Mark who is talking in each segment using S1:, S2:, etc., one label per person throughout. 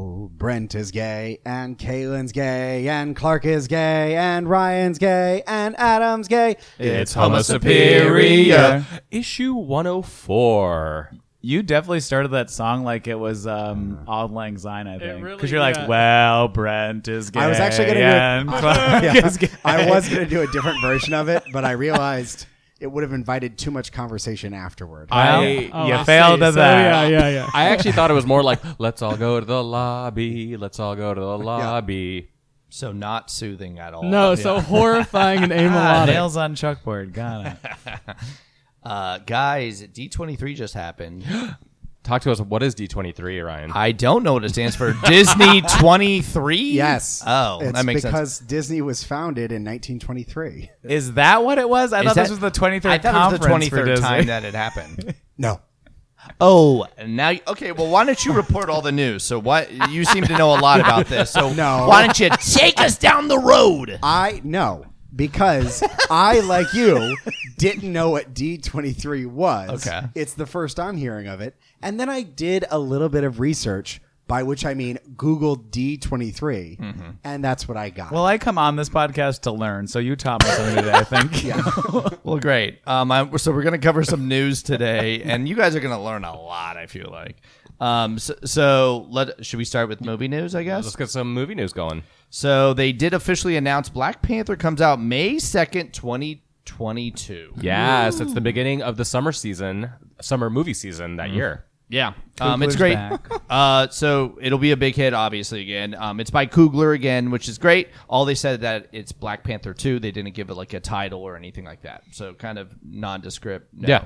S1: Brent is gay, and Kaylin's gay, and Clark is gay, and Ryan's gay, and Adam's gay.
S2: It's Homo Superior. Issue 104.
S3: You definitely started that song like it was um, Auld Lang Syne, I think.
S2: really-
S3: Because you're
S2: yeah.
S3: like, well, Brent is gay.
S1: I was actually gonna do it-
S3: and Clark
S1: Yeah.
S3: is gay."
S1: I was going to do a different version of it, but I realized it would have invited too much conversation afterward.
S3: I,
S2: Oh,
S3: you
S2: I see.
S3: failed at
S2: So,
S3: that.
S2: yeah, yeah, yeah.
S4: I actually thought it was more like, let's all go to the lobby. Let's all go to the lobby.
S5: So not soothing at all.
S2: No, so horrifying and
S3: Ah,
S2: amelodic.
S3: nails on chalkboard. Got it.
S5: Uh, guys, D23 just happened.
S4: Talk to us. What is D23, Ryan?
S5: I don't know what it stands for. Disney 23?
S1: yes.
S5: Oh,
S1: it's
S5: that makes sense.
S1: because Disney was founded in 1923.
S3: Is that what it was? I
S5: Is
S3: thought
S5: that-
S3: this was the 23rd
S5: I thought it was the
S3: conference for
S5: 23rd
S3: Disney.
S5: time that it happened.
S1: No.
S5: Oh, now you- okay. Well, why don't you report all the news? So what you seem to know a lot about this. So
S1: No.
S5: why don't you take us down the road?
S1: I no because I like you didn't know what D23 was.
S5: Okay.
S1: It's the first I'm hearing of it. And then I did a little bit of research by which I mean Googled D23
S2: Mm-hmm.
S1: and that's what I got.
S3: Well, I come on this podcast to learn, so you taught me something today, I think.
S5: Well, great. Um, I, so we're gonna cover some news today, and you guys are gonna learn a lot. I feel like. Um, so, so let should we start with movie news? I guess.
S4: Let's get some movie news going.
S5: So they did officially announce Black Panther comes out May second, twenty twenty two.
S4: Yes, it's the beginning of the summer season, summer movie season that year.
S5: Yeah, um,
S3: Coogler's
S5: it's great.
S3: back.
S5: Uh, so it'll be a big hit, obviously. Again, um, it's by Coogler again, which is great. All they said that it's Black Panther two. They didn't give it like a title or anything like that. So kind of nondescript. No.
S4: Yeah.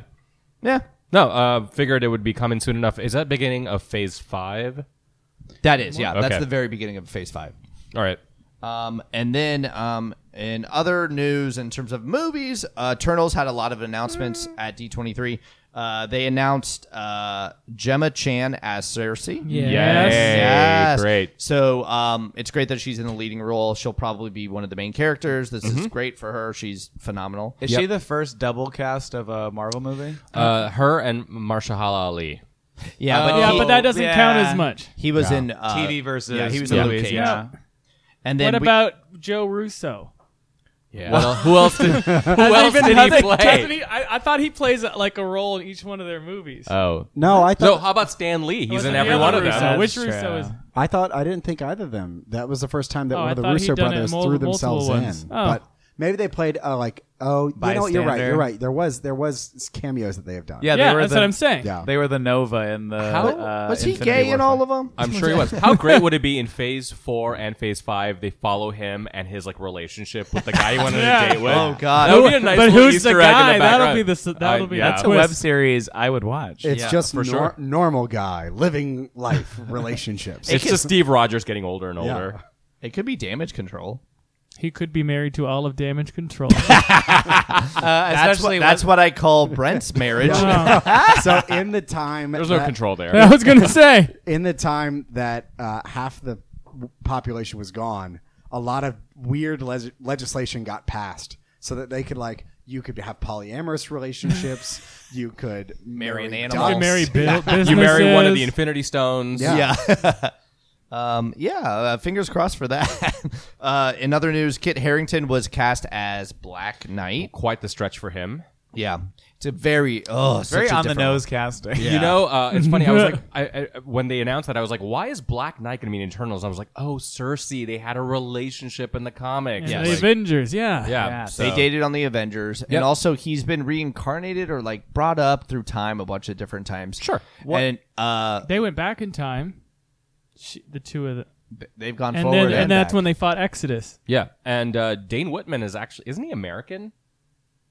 S5: yeah,
S4: No, uh, figured it would be coming soon enough. Is that beginning of phase five?
S5: that is yeah. That's
S4: Okay.
S5: the very beginning of Phase five.
S4: All right.
S5: Um, and then um, in other news, in terms of movies, uh, Eternals had a lot of announcements
S2: Mm.
S5: at D23. Uh, they announced uh, Gemma Chan as Cersei.
S2: Yes.
S4: Yay. Great.
S5: So um, it's great that she's in the leading role. She'll probably be one of the main characters. This
S3: Mm-hmm.
S5: is great for her. She's phenomenal.
S3: Is she the first double cast of a Marvel movie?
S4: Uh, her and Marsha Ali.
S5: Yeah, but,
S2: Yeah,
S5: he,
S2: but
S4: Oh,
S2: that doesn't
S3: yeah.
S2: count as much.
S5: Um, he was in uh,
S3: TV versus
S5: Yeah, he was in Luke
S3: movies.
S5: Cage.
S3: Yeah.
S5: And then
S2: What
S5: we-
S2: about Joe Russo?
S4: Yeah. who else did, who else
S2: Even
S4: did he
S2: hasn't-
S4: play?
S2: doesn't he- I, I thought he plays uh, like a role in each one of their movies.
S4: oh.
S1: no, I
S4: No,
S1: thought
S4: how about Stan Lee? He's in
S2: Wasn't the
S4: every
S2: other
S4: one of
S2: Russo?
S4: them.
S2: Which
S3: That's
S2: Russo
S3: true.
S2: is?
S1: I thought I didn't think either of them. That was the first time that
S2: Oh,
S1: one
S2: I
S1: of the
S2: thought he'd
S1: Russo
S2: done it
S1: brothers
S2: mul-
S1: threw
S2: multiple
S1: themselves
S2: ones.
S1: in.
S2: Oh.
S1: But maybe they played uh, like oh, you know, you're right.
S3: Bystander.
S1: You're right. There was there was cameos that they have done.
S3: Yeah, they
S2: yeah,
S3: were
S2: that's
S3: the,
S2: what I'm saying.
S1: Yeah.
S3: They were the Nova in the.
S4: How-
S3: uh,
S5: was he
S3: Infinity
S5: gay
S3: War
S5: in all
S3: film.
S5: of them?
S4: I'm sure he was. How great would it be in phase four and phase five? They follow him and his like relationship with the guy he wanted
S2: Yeah.
S4: to date with.
S5: Oh, God.
S4: that would be a nice
S2: but
S4: little
S2: who's
S4: Easter
S2: the
S4: egg in
S2: guy? that'll
S4: background.
S2: be the s- that'll
S4: I-
S2: be
S4: yeah.
S2: the
S3: That's a
S2: twist.
S3: web series I would watch.
S1: It's
S5: Yeah,
S1: just
S4: for
S1: nor-
S4: sure.
S1: normal guy living life relationships.
S4: It's just Steve Rogers getting older and
S1: Yeah.
S4: older.
S5: It could be damage control.
S2: He could be married to all of Damage Control.
S5: That's what,
S3: Especially
S5: that's what I call Brent's marriage.
S1: so in the time
S4: There's no
S1: that-
S4: control there.
S2: I was gonna say.
S1: in the time that uh, half the w- population was gone, a lot of weird leg- legislation got passed so that they could like you could have polyamorous relationships, you could
S5: Marry an
S1: dogs.
S5: animal. You could
S2: Marry bu- businesses.
S4: You marry one of the Infinity Stones.
S1: Yeah.
S5: Um, yeah, uh, fingers crossed for that. uh, in other news, Kit Harrington was cast as Black Knight.
S4: Quite the stretch for him.
S5: Yeah, it's a very oh,
S3: Very
S5: such a
S3: on the
S5: different-
S3: nose casting.
S4: You know, uh, it's funny. I was like, I, I, when they announced that, I was like, why is Black Knight going to be in Eternals? I was like, oh, Cersei, they had a relationship in the comics.
S2: Yeah,
S4: Yeah,
S2: the
S4: like,
S2: Avengers. Yeah.
S4: yeah,
S3: Yeah,
S4: so-
S5: They dated on the Avengers, and also he's been reincarnated or like brought up through time a bunch of different times.
S4: Sure.
S5: and uh,
S2: They went back in time. She, the two of them,
S5: they've gone
S2: and
S5: forward,
S2: then and that's
S5: back.
S2: when they fought Exodus.
S4: Yeah, and uh, Dane Whitman is actually isn't he American?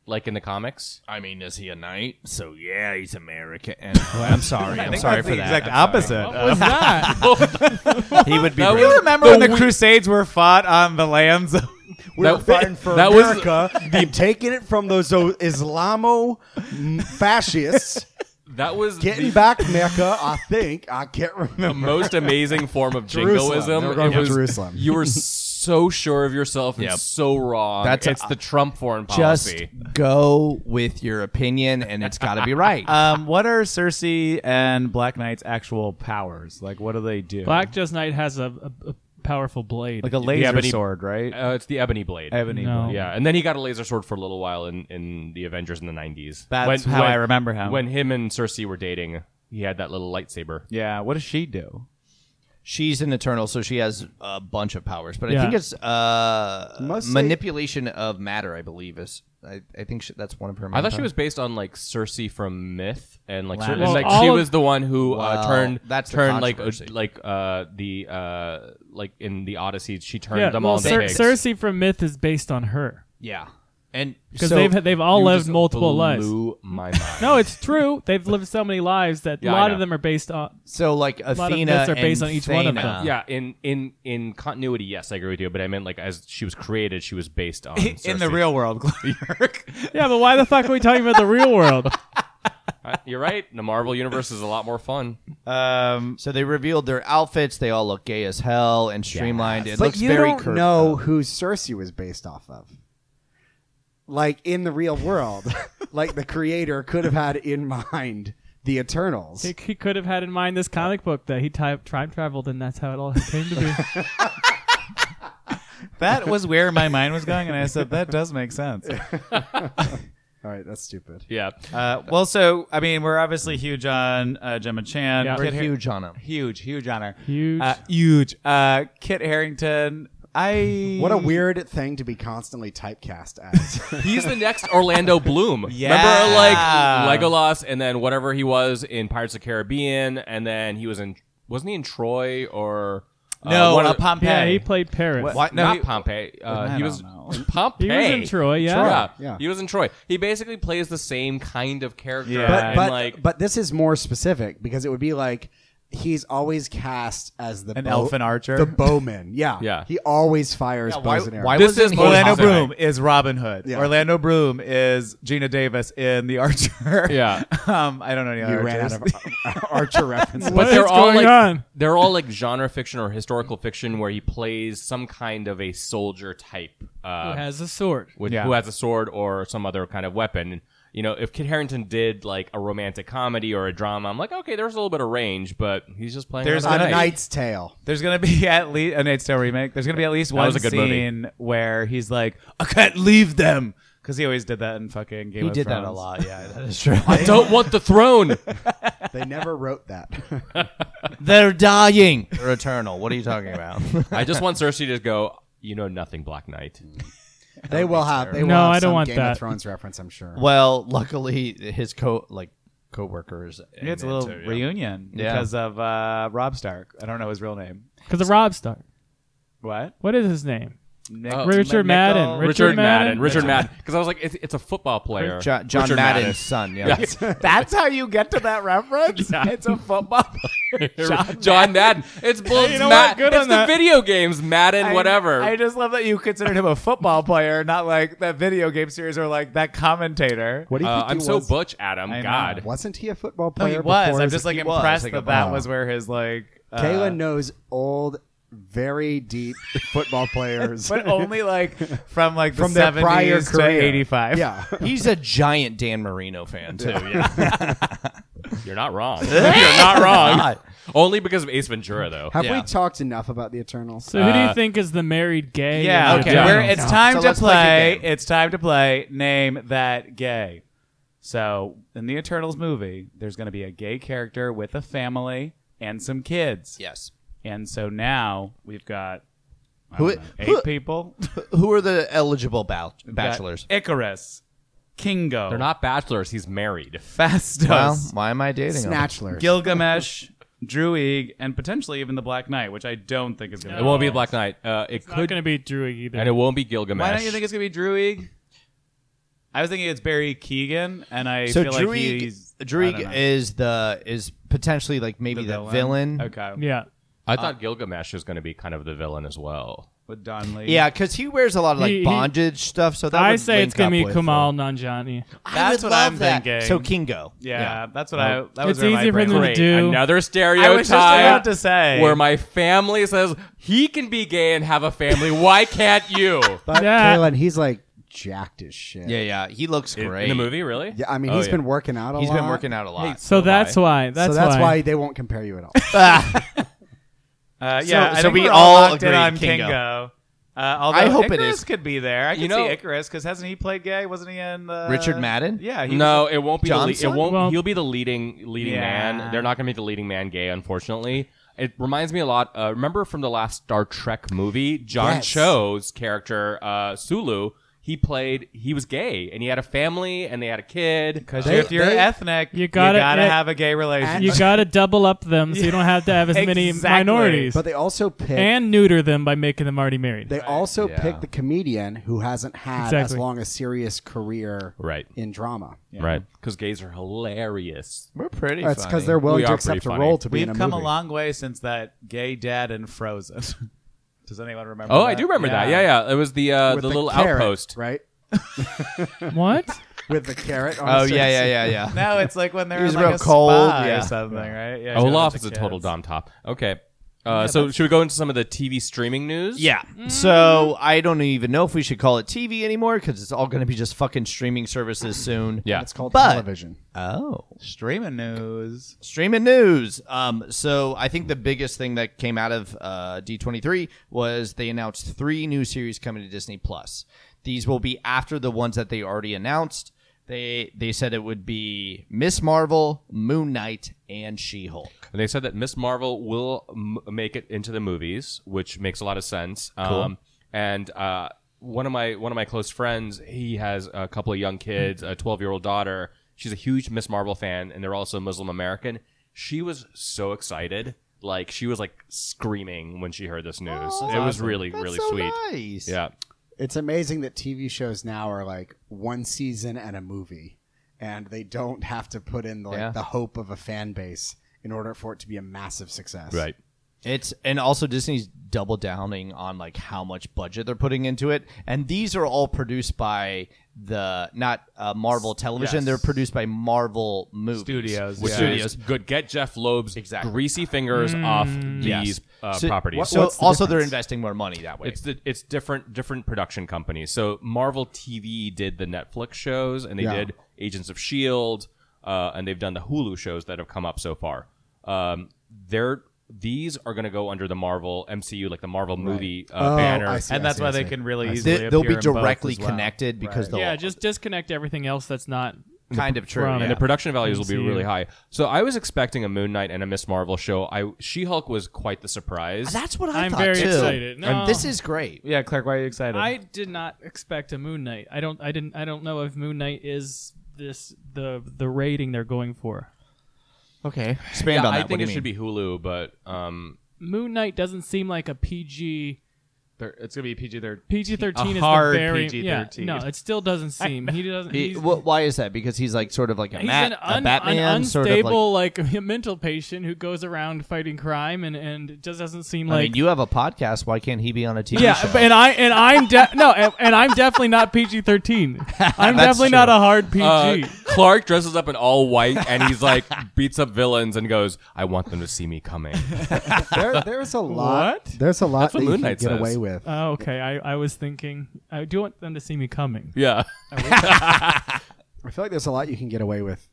S4: Like in the comics?
S5: I mean, is he a knight? So yeah, he's American. And, I'm sorry, I'm sorry for
S3: the
S5: that.
S3: exact
S5: I'm
S3: opposite.
S2: What was that?
S5: sorry. He would be.
S4: That
S5: brave.
S3: You remember when the Crusades were fought on the lands of.
S1: We
S4: That-
S1: were fighting for
S4: that was-
S1: America and taking it from those o- Islamo m- fascists,
S4: That was
S1: getting
S4: the
S1: back Mecca. I think I can't remember.
S4: most amazing form of
S1: Jerusalem.
S4: jingoism.
S1: They were going
S4: It
S1: for
S4: was-
S1: Jerusalem.
S4: You were so sure of yourself and
S5: Yep.
S4: so wrong.
S5: That's-
S4: it's the Trump foreign
S5: Just
S4: policy.
S5: go with your opinion, and it's got to be right.
S3: Um, what are Cersei and Black Knight's actual powers? Like, what do they do?
S2: Black Just Knight has a, a, a powerful blade.
S3: like a laser
S4: but he-
S3: sword, right?
S4: uh, it's the ebony blade.
S3: Ebony.
S2: no.
S3: blade.
S4: Yeah, and then he got a laser sword for a little while in, in the Avengers in the nineties.
S3: That's how I remember him.
S4: When him and Cersei were dating, he had that little lightsaber.
S3: Yeah. What does she do?
S5: She's an Eternal, so she has a bunch of powers, but I
S2: Yeah.
S5: think it's uh,
S1: Mostly-
S5: manipulation of matter. I believe is. I, I think she, that's one of her.
S4: I
S5: main
S4: thought she
S5: powers.
S4: was based on like Cersei from Myth, and like, Cer-
S3: Wow.
S4: and,
S2: Well,
S4: like
S2: all
S4: she
S2: of-
S4: was the one who
S5: Wow.
S4: uh, turned
S5: That's the
S4: turned like uh,
S5: controversy.
S4: like uh, the uh, like in the Odyssey, she turned
S2: yeah,
S4: them
S2: well,
S4: all into
S2: Cer-
S4: pigs.
S2: Cersei from Myth is based on her.
S5: Yeah, and
S2: Because
S5: so-
S2: they've they've all
S4: You
S2: lived
S4: just
S2: multiple lives.
S4: Blew my mind.
S2: No, it's true. They've lived so many lives that
S4: Yeah,
S2: a
S4: I
S2: lot of
S4: know.
S2: them are based on.
S5: so like
S2: of
S5: Athena
S2: myths are
S5: and
S2: based on each one of
S5: Thena.
S2: them.
S4: yeah, in in in continuity, yes, I agree with you. But I meant like as she was created, she was based on
S3: In the
S4: Cersei.
S3: real world, Clark.
S2: Yeah, but why the fuck are we talking about the real world?
S4: Uh, You're right. The Marvel universe is a lot more fun.
S3: um,
S5: So they revealed their outfits. They all look gay as hell and streamlined. It
S1: but
S5: looks
S1: you
S5: very
S1: don't
S5: cur-
S1: know who Cersei was based off of. Like in the real world, like the creator could have had in mind the Eternals.
S2: he, he could have had in mind this comic book that he time time traveled, and that's how it all came to be.
S3: that was where my mind was going, and I said that does make sense.
S1: All right, that's stupid.
S4: Yeah.
S3: Uh, well, so I mean, we're obviously huge on uh, Gemma Chan.
S2: Yeah.
S3: Kit
S5: We're
S3: Har-
S5: huge on them.
S3: huge, huge on her.
S2: Huge.
S3: uh, huge. Uh, Kit Harrington. I
S1: What a weird thing to be constantly typecast as.
S4: He's the next Orlando Bloom.
S3: Yeah.
S4: Remember, like Legolas, and then whatever he was in Pirates of the Caribbean, and then he was in wasn't he in Troy or uh,
S3: no
S4: one
S3: uh,
S4: of the-
S3: Pompeii.
S2: yeah, he played Paris.
S4: Why-
S3: No,
S4: not
S3: he-
S4: Pompeii. Uh,
S3: I
S4: he
S3: don't
S4: was
S3: know.
S4: in Pompeii.
S2: He was in Troy, yeah. Troy,
S4: yeah.
S1: yeah.
S4: He was in Troy. He basically plays the same kind of character.
S3: Yeah.
S1: but
S4: and
S1: but,
S4: like,
S1: but this is more specific because it would be like he's always cast as the
S3: An elfin archer?
S1: the bowman. Yeah,
S4: Yeah.
S1: He always fires
S5: Yeah,
S1: bows
S5: why-
S1: and arrows.
S5: why
S4: this
S5: wasn't
S4: is
S5: he-
S4: more
S3: Orlando
S4: specific.
S3: Bloom is Robin Hood.
S1: Yeah.
S3: Orlando Bloom is Gina Davis in The Archer.
S4: Yeah.
S3: um, I don't know any
S1: you
S3: other
S1: ran out
S3: archers.
S1: of ar- Archer references.
S2: What
S4: but they're
S2: is
S4: all
S2: going
S4: like
S2: on?
S4: they're all like genre fiction or historical fiction where he plays some kind of a soldier type uh,
S2: Who has a sword?
S4: with,
S3: Yeah.
S4: who has a sword or some other kind of weapon. You know, if Kit Harrington did like a romantic comedy or a drama, I'm like, okay, there's a little bit of range, but he's just playing.
S3: There's
S4: on a
S1: on
S3: gonna
S1: a
S3: Nice.
S4: knife.
S1: Knight's Tale.
S3: There's gonna be at least a Nate Still remake. There's gonna be at least one
S4: was a good movie.
S3: scene where he's like, "I can't leave them," because he always did that in fucking Game
S5: He
S3: of
S5: did that
S3: Thrones.
S5: a lot. Yeah, that is true.
S4: I don't want the throne.
S1: They never wrote that.
S5: They're dying. They're eternal. What are you talking about?
S4: I just want Cersei to go. You know nothing, Black Knight.
S1: they will have. They will
S2: No,
S1: have
S2: I don't
S1: some
S2: want
S1: Game
S2: that.
S1: of Thrones reference. I'm sure.
S5: well, luckily his co like coworkers.
S3: Yeah, it's a little reunion
S5: Yeah.
S3: because of uh, Rob Stark. I don't know his real name.
S2: Because of Rob Stark.
S3: What?
S2: What is his name?
S3: Nick-
S4: Oh,
S2: Richard
S3: Ma- Nichol-
S2: Madden. Richard
S4: Richard Madden.
S2: Madden?
S4: Richard Madden. Because I was like, it's, it's a football player.
S5: John, John
S4: Richard
S5: Madden's son. Yeah.
S3: That's how you get to that reference. It's a football player.
S4: John, Madden. It's Bulls.
S3: know what?
S4: Mad-
S3: Good
S4: it's
S3: on
S4: the
S3: that.
S4: video games Madden.
S3: I-
S4: whatever.
S3: I just love that you considered him a football player, not like that video game series or like that commentator.
S1: What do you
S4: Uh,
S1: think he
S4: I'm so
S1: was?
S4: butch, Adam.
S3: I know.
S4: God.
S1: Wasn't he a football
S3: No,
S1: player?
S3: he was.
S1: before
S3: I'm
S1: his-
S3: just like
S5: he was,
S3: impressed
S5: like,
S3: that
S5: a-
S3: that
S1: wow.
S3: was where his like. Uh,
S1: Kayla knows old, very deep football players
S3: but only like from like the
S1: from their
S3: 70s
S1: prior
S3: to
S1: career.
S3: 85.
S1: Yeah.
S5: He's a giant Dan Marino fan too. Yeah.
S4: You're not wrong. You're not wrong.
S5: God.
S4: Only because of Ace Ventura, though.
S1: Have
S5: Yeah.
S1: we talked enough about the Eternals?
S2: So who do
S4: Uh,
S2: you think is the married gay?
S3: Yeah,
S2: in
S3: okay.
S4: Yeah.
S2: Eternals?
S3: We're, it's time
S5: So
S3: to
S5: let's play a
S3: play.
S5: game.
S3: it's time to play. Name that gay. So in the Eternals movie, there's going to be a gay character with a family and some kids.
S5: yes.
S3: And so now we've got I
S5: Who-
S3: don't know, eight
S5: who-
S3: people. We've
S5: Who are the eligible bou-
S3: got
S5: bachelors?
S3: Icarus, Kingo.
S4: They're not bachelors. He's married.
S3: Fastos.
S5: Well, why am I dating him?
S1: Snatchlers.
S3: Gilgamesh, Druig, and potentially even the Black Knight, which I don't think is going to.
S4: It won't be the Black Knight. Uh, it
S2: Not
S4: could,
S2: going to be Druid either.
S4: and it won't be Gilgamesh.
S3: Why don't you think it's going to be Druig? I was thinking it's Barry Keegan, and I
S5: So
S3: feel like
S5: Druig,
S3: he's I don't know.
S5: Druig is the is potentially like maybe the, villain.
S3: Okay.
S2: yeah.
S4: I thought Gilgamesh was going to be kind of the villain as well.
S3: with Don Lee.
S5: Yeah, because he wears a lot of like
S2: He- he-
S5: bondage stuff. So that
S2: I
S5: would
S2: say
S5: link
S2: it's gonna
S5: up
S2: be
S5: with
S2: Kumal Nanjiani.
S5: I
S3: That's
S5: would
S3: what I'm
S5: love that.
S3: thinking.
S5: So Kingo.
S3: Yeah, that's what I. That was
S2: It's
S3: where my
S2: easy for
S3: brain
S2: them to
S3: went.
S2: do.
S4: Another
S3: I was just about
S4: stereotype
S3: to say.
S4: where my family says he can be gay and have a family. Why can't you?
S1: But
S2: Yeah.
S1: Kalen, he's like jacked as shit.
S5: Yeah, yeah. He looks great.
S4: In the movie, really?
S1: Yeah, I mean,
S4: Oh,
S1: he's
S4: yeah.
S1: been working out a
S5: He's
S1: lot.
S5: been working out a lot.
S2: So that's why.
S1: so
S2: That's,
S1: that's why. they won't compare you at all.
S3: Uh, yeah,
S5: So-
S3: I
S5: so
S3: think
S5: we
S3: we're
S5: all
S3: locked in
S5: agree
S3: on
S5: Kingo.
S3: Kingo. Uh, although
S5: I hope it
S3: Icarus
S5: is.
S3: could be there. I can
S4: You know-
S3: see Icarus because hasn't he played gay? Wasn't he in the
S5: Richard Madden?
S3: Yeah, he
S4: No, it won't be. The le- it
S5: Johnson?
S4: won't.
S2: Well-
S4: he'll be the leading leading
S3: Yeah.
S4: man. They're not going to make the leading man gay, unfortunately. It reminds me a lot. Uh, remember from the last Star Trek movie, John
S1: Yes.
S4: Cho's character uh, Sulu. He played. He was gay, and he had a family, and they had a kid.
S3: Because
S1: They-
S3: if you're
S1: they-
S3: ethnic,
S2: You gotta- it-
S3: have a gay relationship.
S2: You gotta double up them so you don't have to have as many
S3: Exactly.
S2: minorities.
S1: but they also pick.
S2: and neuter them by making them already married.
S1: they also
S4: Yeah.
S1: pick the comedian who hasn't had as
S2: Exactly.
S1: long a serious career
S4: Right.
S1: in drama.
S4: Right. Because gays are hilarious.
S5: We're pretty.
S1: That's because
S5: funny.
S1: they're willing
S4: We
S1: to
S4: are
S1: accept
S4: pretty
S1: a
S4: funny.
S1: role to be in
S3: We've
S1: a
S3: come
S1: movie.
S3: a long way since that gay dad in Frozen. Does anyone remember?
S4: Oh,
S3: that?
S4: I do remember that. Yeah, yeah. It was the uh,
S1: With
S4: the little
S1: carrot,
S4: outpost.
S1: right?
S2: what?
S1: With the carrot. On
S5: Oh
S1: the
S5: yeah,
S1: stick.
S5: yeah, yeah, yeah.
S3: Now Oh, it's like when they're
S5: He was
S3: in like
S5: real
S3: a
S5: cold,
S3: spa
S5: yeah.
S3: or something, right? Yeah, he's got
S4: Olaf
S3: bunch
S4: is
S3: of
S4: a total
S3: kids.
S4: dom top. Okay. Uh, so should we go into some of the TV streaming news?
S5: Yeah. So I don't even know if we should call it TV anymore because it's all going to be just fucking streaming services soon.
S4: Yeah.
S1: It's called
S5: But-
S1: television.
S5: Oh.
S3: Streaming news.
S5: Streaming news. Um, so I think the biggest thing that came out of uh, D23 was they announced three new series coming to Disney Plus. These will be after the ones that they already announced. They they said it would be Miss Marvel, Moon Knight, and She Hulk.
S4: And they said that Miss Marvel will m- make it into the movies, which makes a lot of sense. Um, and uh, one of my one of my close friends, he has a couple of young kids, a 12 year old daughter. She's a huge Miss Marvel fan, and they're also Muslim American. She was so excited, like she was like screaming when she heard this news.
S5: Oh,
S4: it was really really sweet.
S5: Nice.
S4: Yeah,
S1: It's amazing that TV shows now are like one season and a movie, and they don't have to put in like,
S5: Yeah.
S1: the hope of a fan base in order for it to be a massive success.
S4: right.
S5: It's and also Disney's double downing on like how much budget they're putting into it, and these are all produced by the not uh, Marvel Television.
S3: yes.
S5: They're produced by Marvel movies.
S3: Studios,
S4: Which
S3: yeah.
S4: is good. Get Jeff Loeb's
S5: Exactly.
S4: greasy fingers off these
S5: Yes.
S4: uh,
S5: so,
S4: properties.
S5: wha- So
S1: What's the
S5: also they're
S1: difference?
S5: investing more money that way.
S4: It's the, it's different different production companies. So Marvel TV did the Netflix shows, and they
S1: Yeah.
S4: did Agents of Shield, E uh, and they've done the Hulu shows that have come up so far. Um, they're these are going to go under the Marvel MCU, like the Marvel movie uh,
S1: Oh,
S4: banner.
S1: I see,
S3: and
S1: I
S3: that's
S1: see,
S3: why
S1: I
S3: they
S1: see.
S3: can really easily
S5: they, will
S3: appear
S5: be
S3: in both
S5: directly
S3: as well.
S5: connected because they'll
S2: yeah, just disconnect everything else that's not.
S5: kind of true.
S2: from
S5: yeah.
S4: and the production values will be
S2: MCU.
S4: really high. So I was expecting a Moon Knight and a Miss Marvel show. I She Hulk was quite the surprise.
S5: That's what I
S2: I'm
S5: thought
S2: very
S5: too.
S2: excited. No.
S5: This is great.
S3: Yeah, Clark, why are you excited?
S2: I did not expect a Moon Knight. I don't. I didn't. I don't know if Moon Knight is this the the rating they're going for.
S5: Okay, expand
S4: Yeah,
S5: on that.
S4: I think
S5: what do
S4: it
S5: you mean?
S4: should be Hulu, but um,
S2: Moon Knight doesn't seem like a PG.
S3: They're- it's gonna be PG. They're
S2: PG thirteen is the
S3: hard
S2: very
S3: PG-13.
S2: Yeah, no, it still doesn't seem. He doesn't.
S5: He-
S2: he's,
S5: wh- why is that? Because he's like sort of like a,
S2: he's
S5: Matt,
S2: an, un,
S5: a Batman,
S2: an
S5: sort of like.
S2: unstable like, mental patient who goes around fighting crime and and it just doesn't seem
S5: I
S2: like
S5: mean, you have a podcast. Why can't he be on a TV
S2: Yeah,
S5: show?
S2: but- and I and I'm de- no, and, and I'm definitely not PG thirteen. I'm definitely
S5: true.
S2: not a hard PG.
S4: Uh, Clark dresses up in all white and he's like beats up villains and goes, "I want them to see me coming."
S1: There, there's a lot.
S2: What?
S1: There's a lot that
S4: what
S1: you
S4: Moon
S1: can
S4: Knight
S1: get
S4: says.
S1: away with.
S2: oh, okay. I, I was thinking I do want them to see me coming.
S4: Yeah,
S1: I feel like there's a lot you can get away with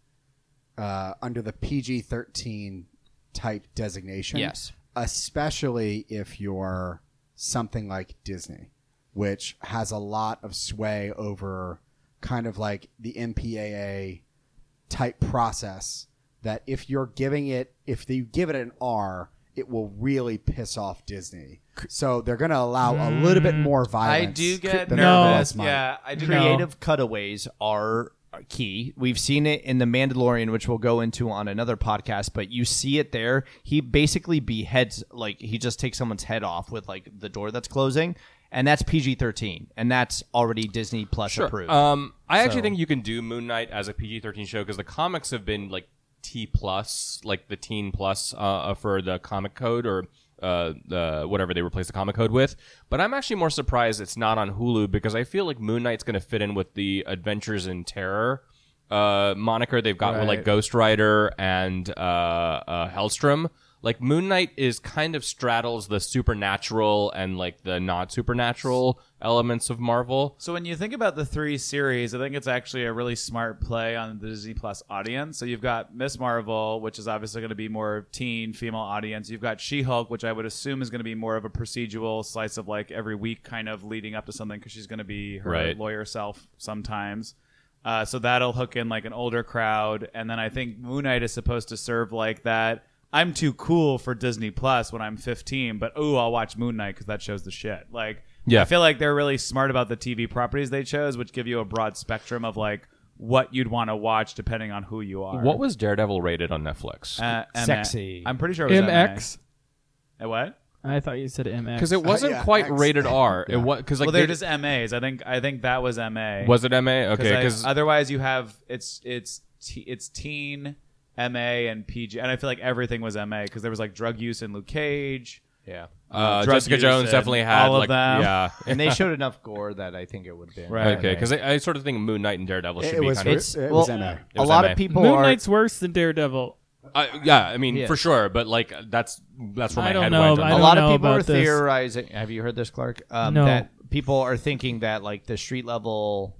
S1: uh, under the PG-13 type designation.
S5: Yes.
S1: especially if you're something like Disney, which has a lot of sway over kind of like the MPAA type process. That if you're giving it, if you give it an R, it will really piss off Disney. So they're going to allow a little bit more violence.
S3: Mm, I do get
S1: than everyone
S3: nervous.
S1: else might.
S3: Yeah, I do. get-
S5: creative cutaways are are key. We've seen it in The Mandalorian, which we'll go into on another podcast, but you see it there. He basically beheads, like, he just takes someone's head off with, like, the door that's closing, and that's PG 13, and that's already Disney Plus approved.
S4: Um, I actually think you can do Moon Knight as a PG thirteen show because the comics have been like T plus, like the teen plus uh, uh, for the comic code or uh, uh, whatever they replaced the comic code with. But I'm actually more surprised it's not on Hulu because I feel like Moon Knight's going to fit in with the Adventures in Terror uh, moniker they've got with like Ghost Rider and uh, uh, Hellstrom. Like Moon Knight is kind of straddles the supernatural and like the not supernatural elements of Marvel.
S3: So when you think about the three series, I think it's actually a really smart play on the Disney Plus audience. So you've got Miss Marvel, which is obviously going to be more teen female audience. You've got She-Hulk, which I would assume is going to be more of a procedural slice of like every week kind of leading up to something because she's going to be her
S4: Right.
S3: lawyer self sometimes. Uh, so that'll hook in like an older crowd, and then I think Moon Knight is supposed to serve like that. I'm too cool for Disney Plus when I'm 15, but ooh, I'll watch Moon Knight because that shows the shit. Like,
S4: Yeah.
S3: I feel like they're really smart about the TV properties they chose, which give you a broad spectrum of like what you'd want to watch depending on who you are.
S4: What was Daredevil rated on Netflix?
S3: uh, MA.
S5: Sexy.
S3: I'm pretty sure it was
S2: MX.
S3: MA. Uh, What?
S2: I thought you said MX.
S3: uh,
S4: Because it wasn't
S1: yeah,
S4: quite
S1: X.
S4: rated R. It was because like
S3: well, they're
S4: they-
S3: just MAs. I think I think that was MA.
S4: was it MA?
S3: Cause
S4: Okay, uh,
S3: I-
S4: because
S3: otherwise you have it's it's te- it's teen MA and PG, and I feel like everything was MA because there was like drug use in Luke Cage.
S4: yeah,
S3: Uh,
S4: uh,
S3: drug
S4: Jessica
S3: use
S4: Jones
S3: and
S4: definitely had
S3: all of
S4: like
S3: them.
S4: yeah.
S5: and they showed enough gore that I think it would be
S3: Right.
S4: Okay, because I, I sort of think Moon Knight and Daredevil should
S1: It
S4: be
S1: was
S4: kind of
S5: It's
S1: It
S5: well,
S1: was MA.
S5: a
S4: was
S5: lot
S4: MA.
S5: of people
S2: Moon
S5: are
S2: Knight's worse than Daredevil.
S4: I, yeah. I mean
S5: Yeah.
S4: for sure, but like that's that's where my
S2: I don't
S4: head
S2: know,
S4: went.
S2: I
S5: a
S4: on
S2: don't
S4: that.
S5: lot
S2: know
S5: of people
S2: about
S5: are
S2: this.
S5: theorizing. Have you heard this, Clark? Um,
S2: No.
S5: That people are thinking that like the street level,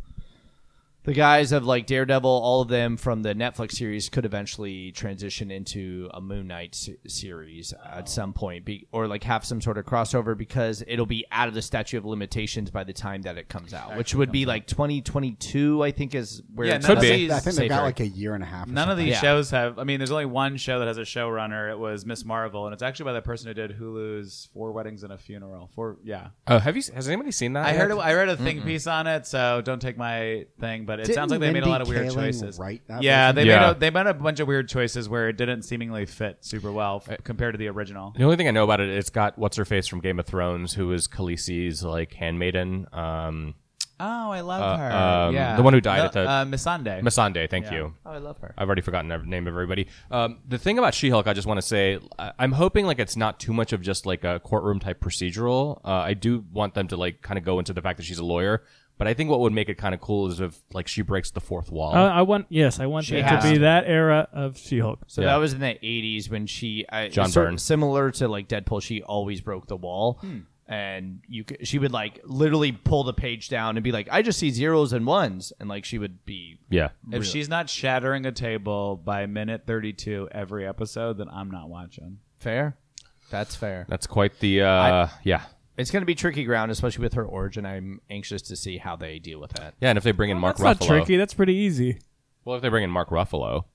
S5: the guys of like Daredevil, all of them from the Netflix series could eventually transition into a Moon Knight se- series at some point, be, or like have some sort of crossover because it'll be out of the statute of limitations by the time that it comes out, which would be like 2022, I think, is where
S3: Yeah,
S5: it's
S3: none
S5: at.
S3: of
S4: be.
S3: these-
S1: I think they've
S5: safer.
S1: got like a year and a half. or
S3: None of
S1: something.
S3: these
S5: Yeah.
S3: shows have. I mean, there's only one show that has a showrunner. It was Miss Marvel, and it's actually by the person who did Hulu's Four Weddings and a Funeral. Four, yeah.
S4: Oh, have you? Has anybody seen that?
S3: I
S4: yet?
S3: heard. I read a think piece on it, so don't take my thing. But it sounds like
S1: Didn't
S3: they made a
S1: Mindy
S3: lot of weird
S1: Kaling
S3: choices.
S1: write that
S3: yeah,
S1: version?
S3: they
S4: Yeah.
S3: made a, they made a bunch of weird choices where it didn't seemingly fit super well f- compared to the original.
S4: The only thing I know about it, it's got what's her face from Game of Thrones, who is Khaleesi's like handmaiden, um,
S3: Oh, I love
S4: Uh,
S3: her.
S4: um,
S3: yeah,
S4: the one who died at the-
S3: uh, Missandei.
S4: Masande. Thank
S3: Yeah.
S4: you.
S5: Oh, I love her.
S4: I've already forgotten the name of everybody. Um, the thing about She-Hulk, I just want to say, I- I'm hoping like it's not too much of just like a courtroom type procedural. Uh, I do want them to like kind of go into the fact that she's a lawyer, but I think what would make it kind of cool is if like she breaks the fourth wall.
S2: Uh, I, I want yes, I want
S5: Oh. She
S2: it
S5: has
S2: to be
S5: to.
S2: that era of She-Hulk.
S5: So
S4: Yeah.
S5: that was in the '80s when she I,
S4: John
S5: sort-
S4: Byrne.
S5: similar to like Deadpool, she always broke the wall,
S3: Hmm.
S5: and you c- she would like literally pull the page down and be like, "I just see zeros and ones," and like she would be
S4: yeah,
S3: If she's not shattering a table by minute 32 every episode, then I'm not watching.
S5: fair. That's fair.
S4: that's quite the uh, yeah,
S5: It's going to be tricky ground, especially with her origin. I'm anxious to see how they deal with that.
S4: yeah. And if they bring in Mark
S2: Oh, That's
S4: Ruffalo,
S2: not tricky. That's pretty easy.
S4: well, if they bring in Mark Ruffalo,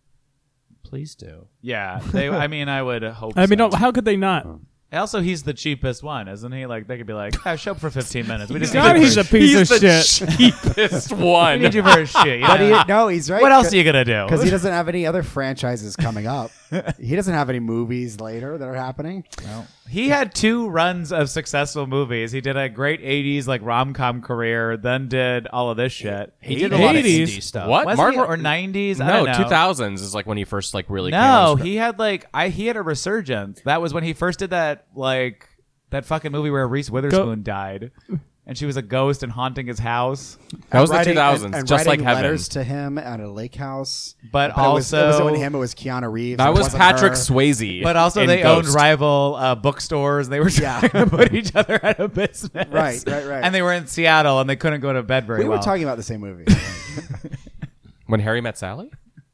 S5: Please do.
S3: Yeah, they, I mean, I would hope.
S2: I mean,
S3: so.
S2: no, how could they not?
S3: also he's the cheapest one, isn't he? Like they could be like, "Ah, show up for 15 minutes. We just
S2: God,
S3: need you
S2: he's
S3: for
S2: a piece
S4: He's
S2: of
S4: the
S2: shit.
S4: cheapest
S3: we
S4: one.
S3: need you for a shit. you
S1: But
S3: know?
S1: he, no, he's right.
S3: what else are you gonna do?
S1: Because he doesn't have any other franchises coming up. he doesn't have any movies later that are happening.
S3: He had two runs of successful movies. He did a great 80s like rom com career, then did all of this shit.
S5: He did a lot of
S2: 80s?
S5: indie stuff.
S4: What?
S3: Was
S4: Mark
S3: he-
S4: Ru-
S3: or 90s? I
S4: No,
S3: don't know.
S4: two thousands is like when he first like really.
S3: No,
S4: came on-
S3: he had like I he had a resurgence. That was when he first did that like that fucking movie where Reese Witherspoon died, and she was a ghost and haunting his house.
S4: that was the
S1: Writing-
S4: two thousands,
S1: and- and
S4: just like
S1: writing
S4: heaven.
S1: letters to him at a lake house.
S3: But
S1: it was- it
S3: also-
S1: wasn't him. It was Keanu Reeves.
S4: That
S1: It
S4: was
S1: wasn't
S4: Patrick
S1: her.
S4: Swayze.
S3: But also
S4: in
S3: they owned
S4: Ghost.
S3: rival uh, bookstores. They were
S1: Yeah.
S3: trying to put each other out of business.
S1: Right, right, right.
S3: And they were in Seattle and they couldn't go to bed very
S1: We were
S3: well.
S1: talking about the same movie.
S4: When Harry Met Sally?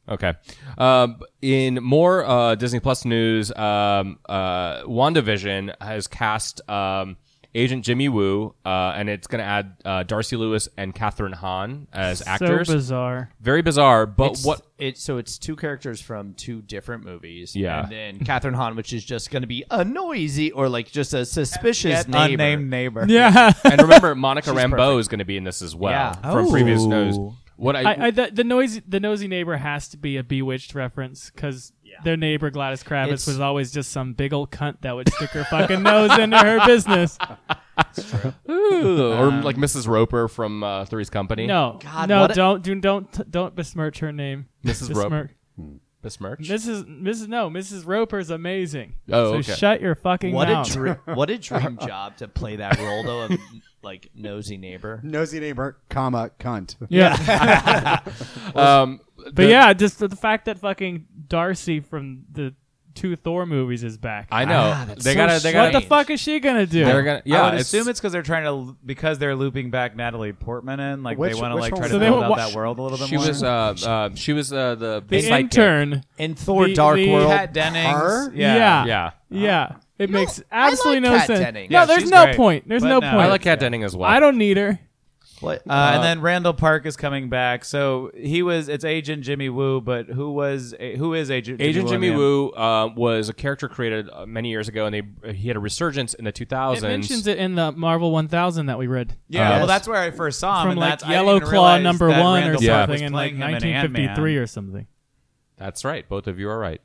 S4: Okay. Um, in more uh, Disney Plus news, um, uh, WandaVision has cast um, Agent Jimmy Woo, uh, and it's going to add uh, Darcy Lewis and Catherine Hahn as actors.
S2: So bizarre.
S4: Very bizarre, but
S5: It's-
S4: what?
S5: It so it's two characters from two different movies.
S4: Yeah.
S5: and then Catherine Hahn, which is just going to be a noisy or like just a suspicious
S3: Yet
S5: neighbor.
S3: unnamed neighbor.
S2: Yeah.
S4: And remember, Monica Rambeau is going to be in this as well
S5: Yeah.
S4: from previous
S3: Oh.
S4: news. What I,
S2: I, I, the, the noisy the nosy neighbor has to be a Bewitched reference because their neighbor Gladys Kravitz
S5: It's-
S2: was always just some big old cunt that would stick her fucking nose into her business.
S4: Ooh, or like Mrs. Roper from uh, Three's Company.
S2: No,
S5: God,
S2: no,
S5: what a-
S2: don't do don't don't besmirch her name.
S4: Mrs. Rope.
S2: Besmirch.
S4: Miss Merch?
S2: Mrs. Mrs. No, Mrs. Roper's amazing.
S4: Oh,
S2: so
S4: okay.
S2: shut your fucking
S5: What a
S2: mouth.
S5: dream! What a dream job to play that role though of like nosy neighbor.
S1: Nosy neighbor, comma cunt.
S2: yeah,
S4: Um,
S2: but yeah, just the, the fact that fucking Darcy from the two Thor movies is back.
S4: I know
S5: Ah, that's
S4: they
S5: so
S4: gotta. They
S2: what
S4: gotta.
S2: the fuck is she gonna do?
S4: They're gonna. Yeah,
S3: I would
S4: it's-
S3: assume it's because they're trying to because they're looping back Natalie Portman in, like
S1: Which-
S3: they want to
S1: which
S3: like
S1: one
S3: try
S1: was
S3: to
S2: that?
S3: build
S2: So they
S3: out
S2: wa-
S3: that world a little bit
S4: she
S3: more.
S4: was. Uh, uh, she was uh, the
S2: the
S4: sidekick.
S2: intern.
S5: In Thor:
S2: The-
S5: Dark
S2: the-
S5: World,
S3: Kat Dennings.
S1: Her?
S3: Yeah.
S2: Yeah.
S4: Yeah,
S3: Uh,
S2: Yeah, it makes
S5: I
S2: absolutely
S5: like
S2: no
S5: Kat
S2: sense.
S5: Dennings.
S2: No,
S3: Yeah,
S2: there's
S3: she's
S2: no
S3: great.
S2: point. There's
S3: But
S2: no
S3: no,
S2: point.
S4: I like Kat Denning as well.
S2: I don't need her.
S5: What-
S3: Uh, and then Randall Park is coming back. So he was it's Agent Jimmy Woo, but who was who is Agent Jimmy
S4: Agent
S3: Woo in
S4: Jimmy
S3: the end?
S4: Woo uh, was a character created uh, many years ago, and they he had a resurgence in the 2000s.
S2: It mentions it in the Marvel 1000 that we read.
S3: Yeah,
S5: Yes.
S3: well, that's where I first saw him.
S2: From
S3: and
S2: like
S3: that's, I
S2: Yellow
S3: didn't
S2: Claw
S3: realize
S2: number
S3: that
S2: one or
S3: Randall Park was
S2: something in like
S3: playing him in
S2: 1953
S3: Ant-Man.
S2: or something.
S4: That's right. Both of you are right.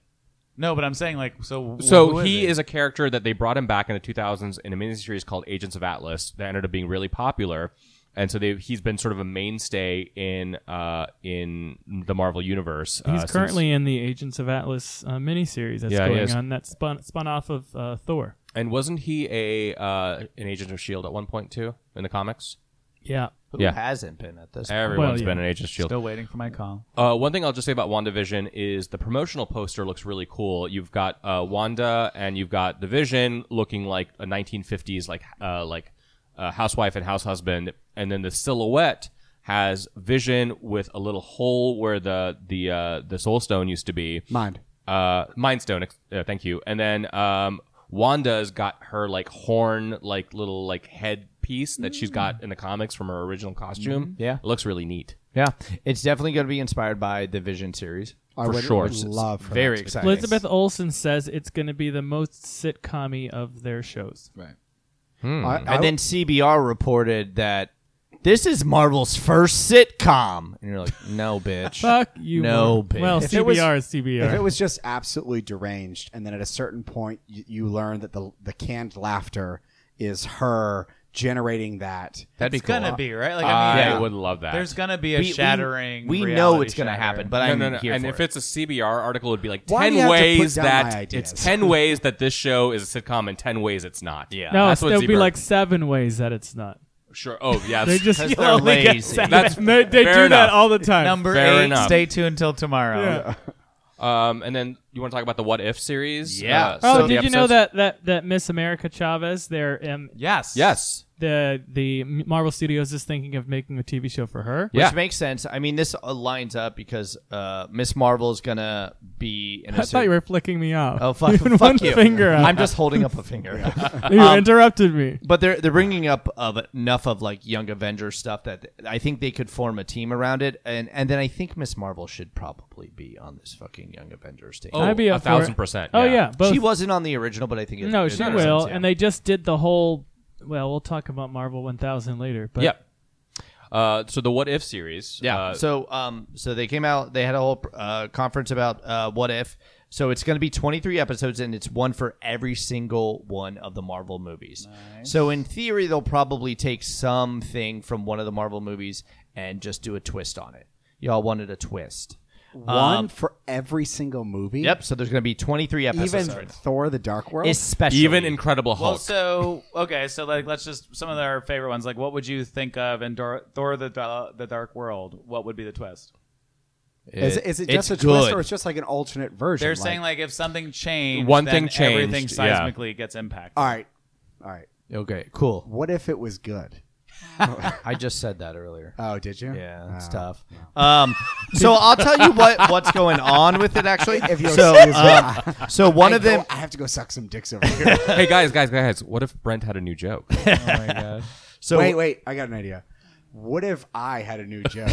S3: No, but I'm saying like so.
S4: So
S3: who
S4: he
S3: it?
S4: is a character that they brought him back in the 2000s in a miniseries called Agents of Atlas that ended up being really popular, and so they, he's been sort of a mainstay in uh, in the Marvel universe. uh,
S2: He's
S4: since-
S2: currently in the Agents of Atlas uh, miniseries that's
S4: Yeah, he
S2: going
S4: is.
S2: on that spun spun off of uh, Thor.
S4: and wasn't he a uh, an agent of Shield at one point too in the comics?
S2: Yeah.
S5: who
S4: yeah.
S5: hasn't been at this? point?
S4: Everyone's
S2: yeah.
S4: been an agent of Shield.
S3: still waiting for my call.
S4: Uh, one thing I'll just say about WandaVision is the promotional poster looks really cool. You've got uh, Wanda and you've got the Vision looking like a 1950s like uh, like uh, housewife and house husband, and then the silhouette has Vision with a little hole where the the uh, the Soul Stone used to be
S1: Mind.
S4: uh, Mind Stone. ex- Uh, thank you. And then um, Wanda's got her like horn, like little like head piece that she's got in the comics from her original costume.
S5: Yeah.
S4: it looks really neat.
S5: Yeah, it's definitely going to be inspired by the Vision series.
S1: I
S4: For
S1: would,
S4: sure.
S1: would love for
S5: Very
S1: that.
S5: exciting.
S2: Elizabeth Olsen says it's going to be the most sitcom of their shows.
S3: Right.
S4: Hmm.
S1: I, I,
S5: And then CBR reported that this is Marvel's first sitcom, and you're like, no, bitch.
S2: Fuck you.
S5: No,
S2: Mark.
S5: bitch.
S2: Well,
S1: If it
S2: CBR
S1: was-
S2: is CBR.
S1: if it was just absolutely deranged, and then at a certain point you, you learn that the the canned laughter is her generating that.
S4: That'd
S3: it's
S4: be cool.
S3: gonna be right. Like
S4: I
S3: I mean,
S4: would love that.
S3: There's gonna be a
S5: We- we-
S3: shattering.
S5: We, know
S3: reality
S5: it's going to
S3: shatter.
S5: happen, but
S4: no,
S5: I'm
S4: no, no.
S5: here
S4: and
S5: for
S4: if
S5: it.
S4: it's a CBR article, it'd be like
S1: Why do
S4: ten
S1: you have to put
S4: ways
S1: down my
S4: that
S1: ideas?
S4: it's ten ways that this show is a sitcom and ten ways it's not. Yeah,
S2: no,
S4: that's
S2: it
S4: what
S2: would be
S4: Zeebert-
S2: like seven ways that it's not.
S4: sure. Oh yeah,
S2: They just
S5: Because
S2: you
S5: they're
S2: know, they get
S5: lazy.
S2: seven.
S4: That's-
S2: And they, they do
S4: fair
S2: that
S4: enough.
S2: all the time.
S3: Number
S4: Fair
S3: eight.
S4: enough.
S3: Stay tuned till tomorrow.
S2: Yeah.
S4: Um, and then you want to talk about the What If series?
S5: Yeah.
S4: Uh,
S2: Oh,
S4: so the
S2: did you know
S4: episodes-
S2: that, that, that Miss America Chavez, their um,
S3: Yes.
S4: Yes.
S2: the the Marvel Studios is thinking of making a TV show for her?
S4: Yeah.
S5: Which makes sense. I mean, this uh, lines up because uh, Miss Marvel is going to be in a
S2: I thought
S5: suit.
S2: you were flicking me off.
S5: Oh, fuck,
S2: Even
S5: fuck
S2: one
S5: you.
S2: finger up.
S5: I'm just holding up a finger.
S2: you interrupted me.
S5: But they're they're bringing up of enough of like Young Avengers stuff that I think they could form a team around it, and and then I think Miss Marvel should probably be on this fucking Young Avengers team.
S4: Oh,
S2: I'd be
S4: a
S2: up for
S4: thousand
S2: it.
S4: percent,
S2: Oh
S4: yeah.
S2: yeah, both.
S5: she wasn't on the original, but I think it,
S2: no,
S5: it
S2: she
S5: makes
S2: will.
S5: sense, yeah.
S2: And they just did the whole. Well, we'll talk about Marvel 1000 later. But
S4: Yep. Uh, so the What If series. Uh,
S5: so um so they came out. They had a whole uh, conference about uh, what if. So it's going to be 23 episodes, and it's one for every single one of the Marvel movies. So in theory, they'll probably take something from one of the Marvel movies and just do a twist on it. Y'all wanted a twist.
S1: One for every single movie.
S5: Yep. So there's going to be 23
S1: Even
S5: episodes.
S1: Thor: The Dark World.
S5: especially
S4: even Incredible Hulk.
S3: Well, so okay, so like let's just some of our favorite ones. Like, what would you think of in Dor- Thor: the Da- the Dark World? What would be the twist?
S1: is, it- is it just a twist,
S5: it's good.
S1: or it's just like an alternate version?
S3: They're saying like if something changed,
S4: One
S3: then
S4: thing changed,
S3: everything
S4: yeah.
S3: seismically gets impacted.
S1: all right, all right.
S5: okay, cool.
S1: What if it was good?
S5: I just said that earlier.
S1: Oh, did you?
S5: Yeah, it's
S1: Oh.
S5: tough. Um, so I'll tell you what what's going on with it actually.
S1: If you'll
S5: so,
S1: excuse me.
S5: uh, so one
S1: I
S5: of them.
S1: go- I have to go suck some dicks over here.
S4: hey guys, guys, guys! What if Brent had a new joke?
S5: So
S1: wait, wait. I got an idea. What if I had a new joke?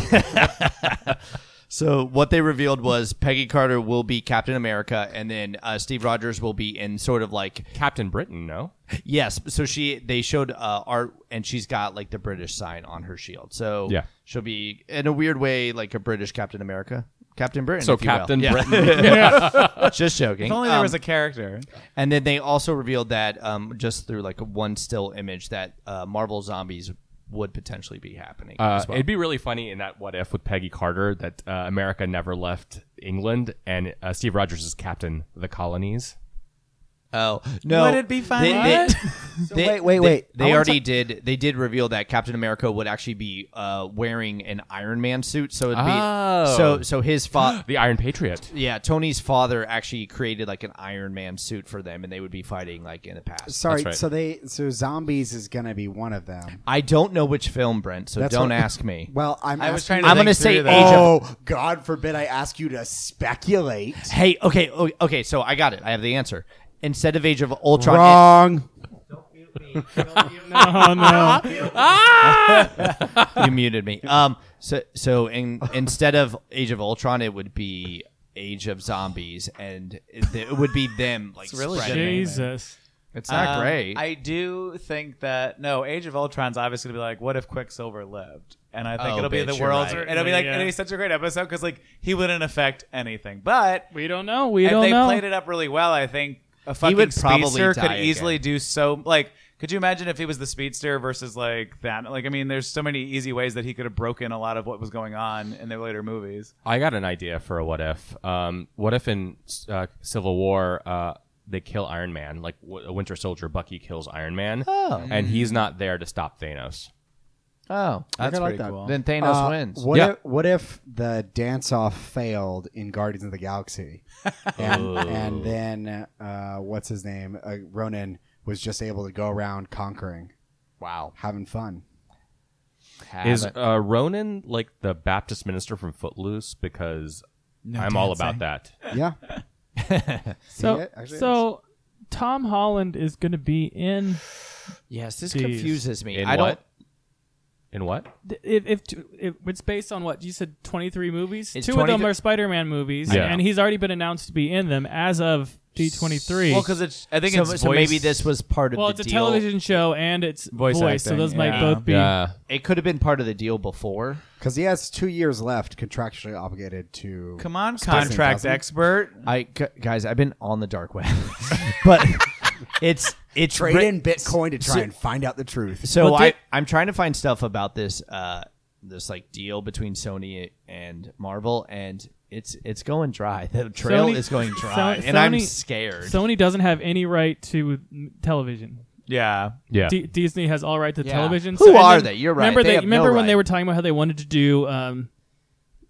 S5: So what they revealed was Peggy Carter will be Captain America, and then uh, Steve Rogers will be in sort of like
S4: Captain Britain? No.
S5: yes. So she they showed uh, art, and she's got like the British sign on her shield. So
S4: Yeah.
S5: she'll be in a weird way like a British Captain America, Captain Britain.
S4: So
S5: if you will.
S4: Captain
S5: Yeah.
S4: Britain.
S5: Just joking.
S3: If only there
S5: Um,
S3: was a character.
S5: And then they also revealed that um, just through like one still image that uh, Marvel zombies would potentially be happening.
S4: Uh,
S5: as well.
S4: It'd be really funny in that What If with Peggy Carter that uh, America never left England, and uh, Steve Rogers is captain of the colonies.
S5: Oh no!
S3: Would it be fun? What?
S5: they- wait, wait, wait!
S1: I
S5: They,
S1: wanna
S5: already did. They did reveal that Captain America would actually be uh, wearing an Iron Man suit. So it'd be
S4: Oh.
S5: so so his father.
S4: The Iron Patriot.
S5: yeah, Tony's father actually created like an Iron Man suit for them, and they would be fighting like in the past.
S1: Sorry,
S4: That's right.
S1: so they so zombies is gonna be one of them.
S5: I don't know which film, Brent. So
S1: That's
S5: don't
S1: what-
S5: ask me.
S1: Well, I'm
S3: I was
S1: asking-
S3: trying to.
S5: I'm
S3: think
S5: gonna say
S3: through that.
S5: Age of-
S1: Oh, God forbid I ask you to speculate.
S5: Hey, okay, o- okay. So I got it. I have the answer. Instead of Age of Ultron,
S1: Wrong.
S2: Oh no!
S5: you muted me. Um, so so in, instead of Age of Ultron, it would be Age of Zombies, and it, it would be them like
S3: really
S5: spreading.
S3: good.
S2: Jesus.
S5: It's not
S3: Um,
S5: great.
S3: I do think that no, Age of Ultron's obviously gonna be like, what if Quicksilver lived? And I think
S5: Oh,
S3: it'll be
S5: bitch,
S3: the
S5: you're
S3: world's.
S5: right.
S3: It'll be like
S2: Yeah.
S3: it'll be such a great episode because like he wouldn't affect anything. But
S2: We don't know. We
S3: if
S2: don't
S3: they
S2: know.
S3: played it up really well, I think a fucking
S5: would probably
S3: speedster
S5: die
S3: could
S5: again.
S3: easily do so. Like, could you imagine if he was the speedster versus like that? Like, I mean, there's so many easy ways that he could have broken a lot of what was going on in their later movies.
S4: I got an idea for a what if. Um, what if in uh, Civil War uh, they kill Iron Man, like w- a Winter Soldier, Bucky kills Iron Man,
S5: Oh.
S4: and he's not there to stop Thanos.
S5: oh, that's
S1: like
S5: pretty
S1: that. Uh,
S5: cool. Then Thanos wins.
S1: What,
S4: Yeah.
S1: if, what if the dance off failed in Guardians of the Galaxy? And, and then, uh, what's his name? Uh, Ronan was just able to go around conquering,
S5: Wow.
S1: having fun.
S4: Is uh, Ronan like the Baptist minister from Footloose? Because I'm all
S3: dancing.
S4: about that.
S1: Yeah.
S2: so
S1: Yeah, actually it
S2: so Tom Holland is going to be in
S5: Yes, this
S2: Jeez.
S5: confuses me.
S4: In
S5: I
S4: what?
S5: don't.
S4: In what?
S2: th- if, if, t- if it's based on what you said 23 movies
S5: It's
S2: two of them
S5: 23
S2: are spider-man movies
S4: Yeah.
S2: and he's already been announced to be in them as of d23
S3: Well, because it's. I think
S5: So,
S3: it's
S5: so
S3: voice-
S5: maybe this was part of
S2: Well,
S5: the
S2: it's a
S5: deal.
S2: television show and it's
S3: Voice
S2: voice, so
S3: acting,
S2: those might
S3: yeah.
S2: both be
S4: Yeah.
S5: It could have been part of the deal before.
S1: Because he has two years left contractually obligated to.
S3: Come on,
S1: Doesn't-
S3: contract
S1: doesn't.
S3: expert.
S5: I gu- guys, I've been on the dark web, but it's it's
S1: Trade
S5: writ-
S1: in Bitcoin to try
S5: so-
S1: and find out the truth.
S5: So
S2: Well,
S5: I,
S2: did-
S5: I'm trying to find stuff about this uh, this like deal between Sony and Marvel, and it's it's going dry. The trail
S2: Sony-
S5: is going dry,
S2: So-
S5: and I'm
S2: Sony-
S5: scared.
S2: sony doesn't have any right to mm, television
S3: Yeah.
S4: Yeah.
S2: D- Disney has all right to
S5: Yeah.
S2: television.
S5: Who
S2: and
S5: are they? You're right.
S2: Remember
S5: They have no
S2: remember when
S5: right.
S2: they were talking about how they wanted to do um,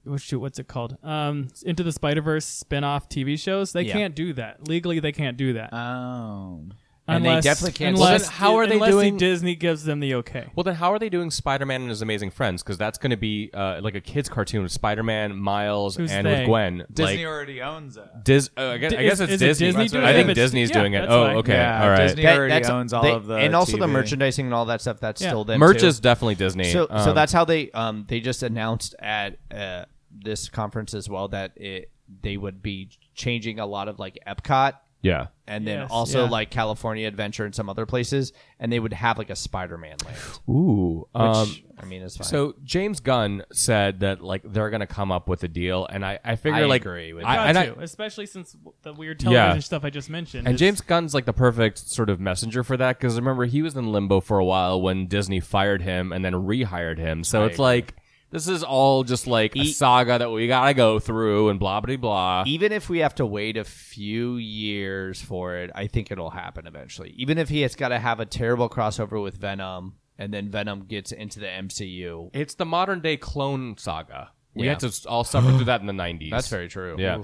S2: oh shoot, what's it called? Um, Into the Spider Verse spin off TV shows. They
S5: Yeah.
S2: can't do that legally. They can't do that
S3: Oh.
S5: and they
S2: unless
S5: definitely can't-
S2: Unless,
S4: Well, then how are they
S2: unless
S4: doing-
S2: Disney gives them the okay.
S4: Well, then how are they doing Spider-Man and His Amazing Friends? Because that's going to be uh, like a kids' cartoon with Spider-Man, Miles,
S2: Who's
S4: and
S2: they?
S4: with Gwen.
S3: Disney
S4: like,
S3: already owns it.
S4: Dis- uh, I guess,
S2: Di-
S4: I guess
S2: is-
S4: it's
S2: is it
S4: Disney.
S2: Disney
S3: doing
S4: I
S3: it?
S4: think
S2: If it's-
S4: Disney's
S2: yeah,
S4: doing it.
S2: that's
S4: Oh,
S2: fine.
S4: okay,
S3: Yeah,
S4: all right.
S3: Disney
S5: That-
S3: already
S5: that's-
S3: owns all
S5: they-
S3: of the
S5: and also the
S3: TV.
S5: merchandising and all that stuff. That's
S2: Yeah.
S5: still them.
S4: Merch
S5: too.
S4: is definitely Disney.
S5: so so
S4: Um,
S5: that's how they um they just announced at uh, this conference as well that it they would be changing a lot of like Epcot
S4: yeah.
S5: and then
S2: Yes,
S5: also
S2: yeah.
S5: like California Adventure and some other places, and they would have like a Spider-Man land.
S4: Ooh. Um,
S5: which, I mean, it's fine.
S4: so James Gunn said that like they're going to come up with a deal, and I I figure
S5: I
S4: like
S5: agree with
S4: I-
S2: Got
S4: and I-
S2: to, especially since the weird television stuff I just mentioned.
S4: And
S2: is-
S4: James Gunn's like the perfect sort of messenger for that because remember he was in limbo for a while when Disney fired him and then rehired him. So it's like this is all just like a saga that we gotta go through and blah blah blah.
S5: even if we have to wait a few years for it, I think it'll happen eventually. Even if he has got to have a terrible crossover with Venom, and then Venom gets into the MCU.
S4: It's the modern day clone saga. We
S5: Yeah.
S4: had to s- all suffer through that in the nineties.
S5: That's very true.
S4: Yeah.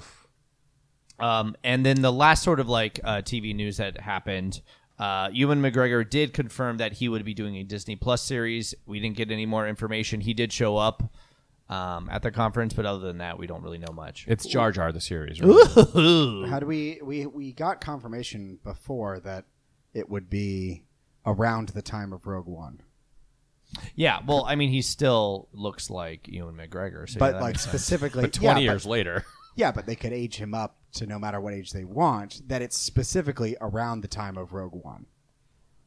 S5: Um, and then the last sort of like uh, TV news that happened, uh, Ewan McGregor did confirm that he would be doing a Disney Plus series. We didn't get any more information. He did show up um, at the conference, but other than that, we don't really know much.
S4: It's Jar Jar the series. Right?
S1: How do we, we we got confirmation before that it would be around the time of Rogue One,
S5: Yeah, well, I mean, he still looks like Ewan McGregor. So yeah,
S1: but
S5: that
S1: like
S5: makes sense.
S1: specifically
S4: But twenty
S1: yeah, but-
S4: years later.
S1: yeah, but they could age him up to no matter what age they want. That it's specifically around the time of Rogue One.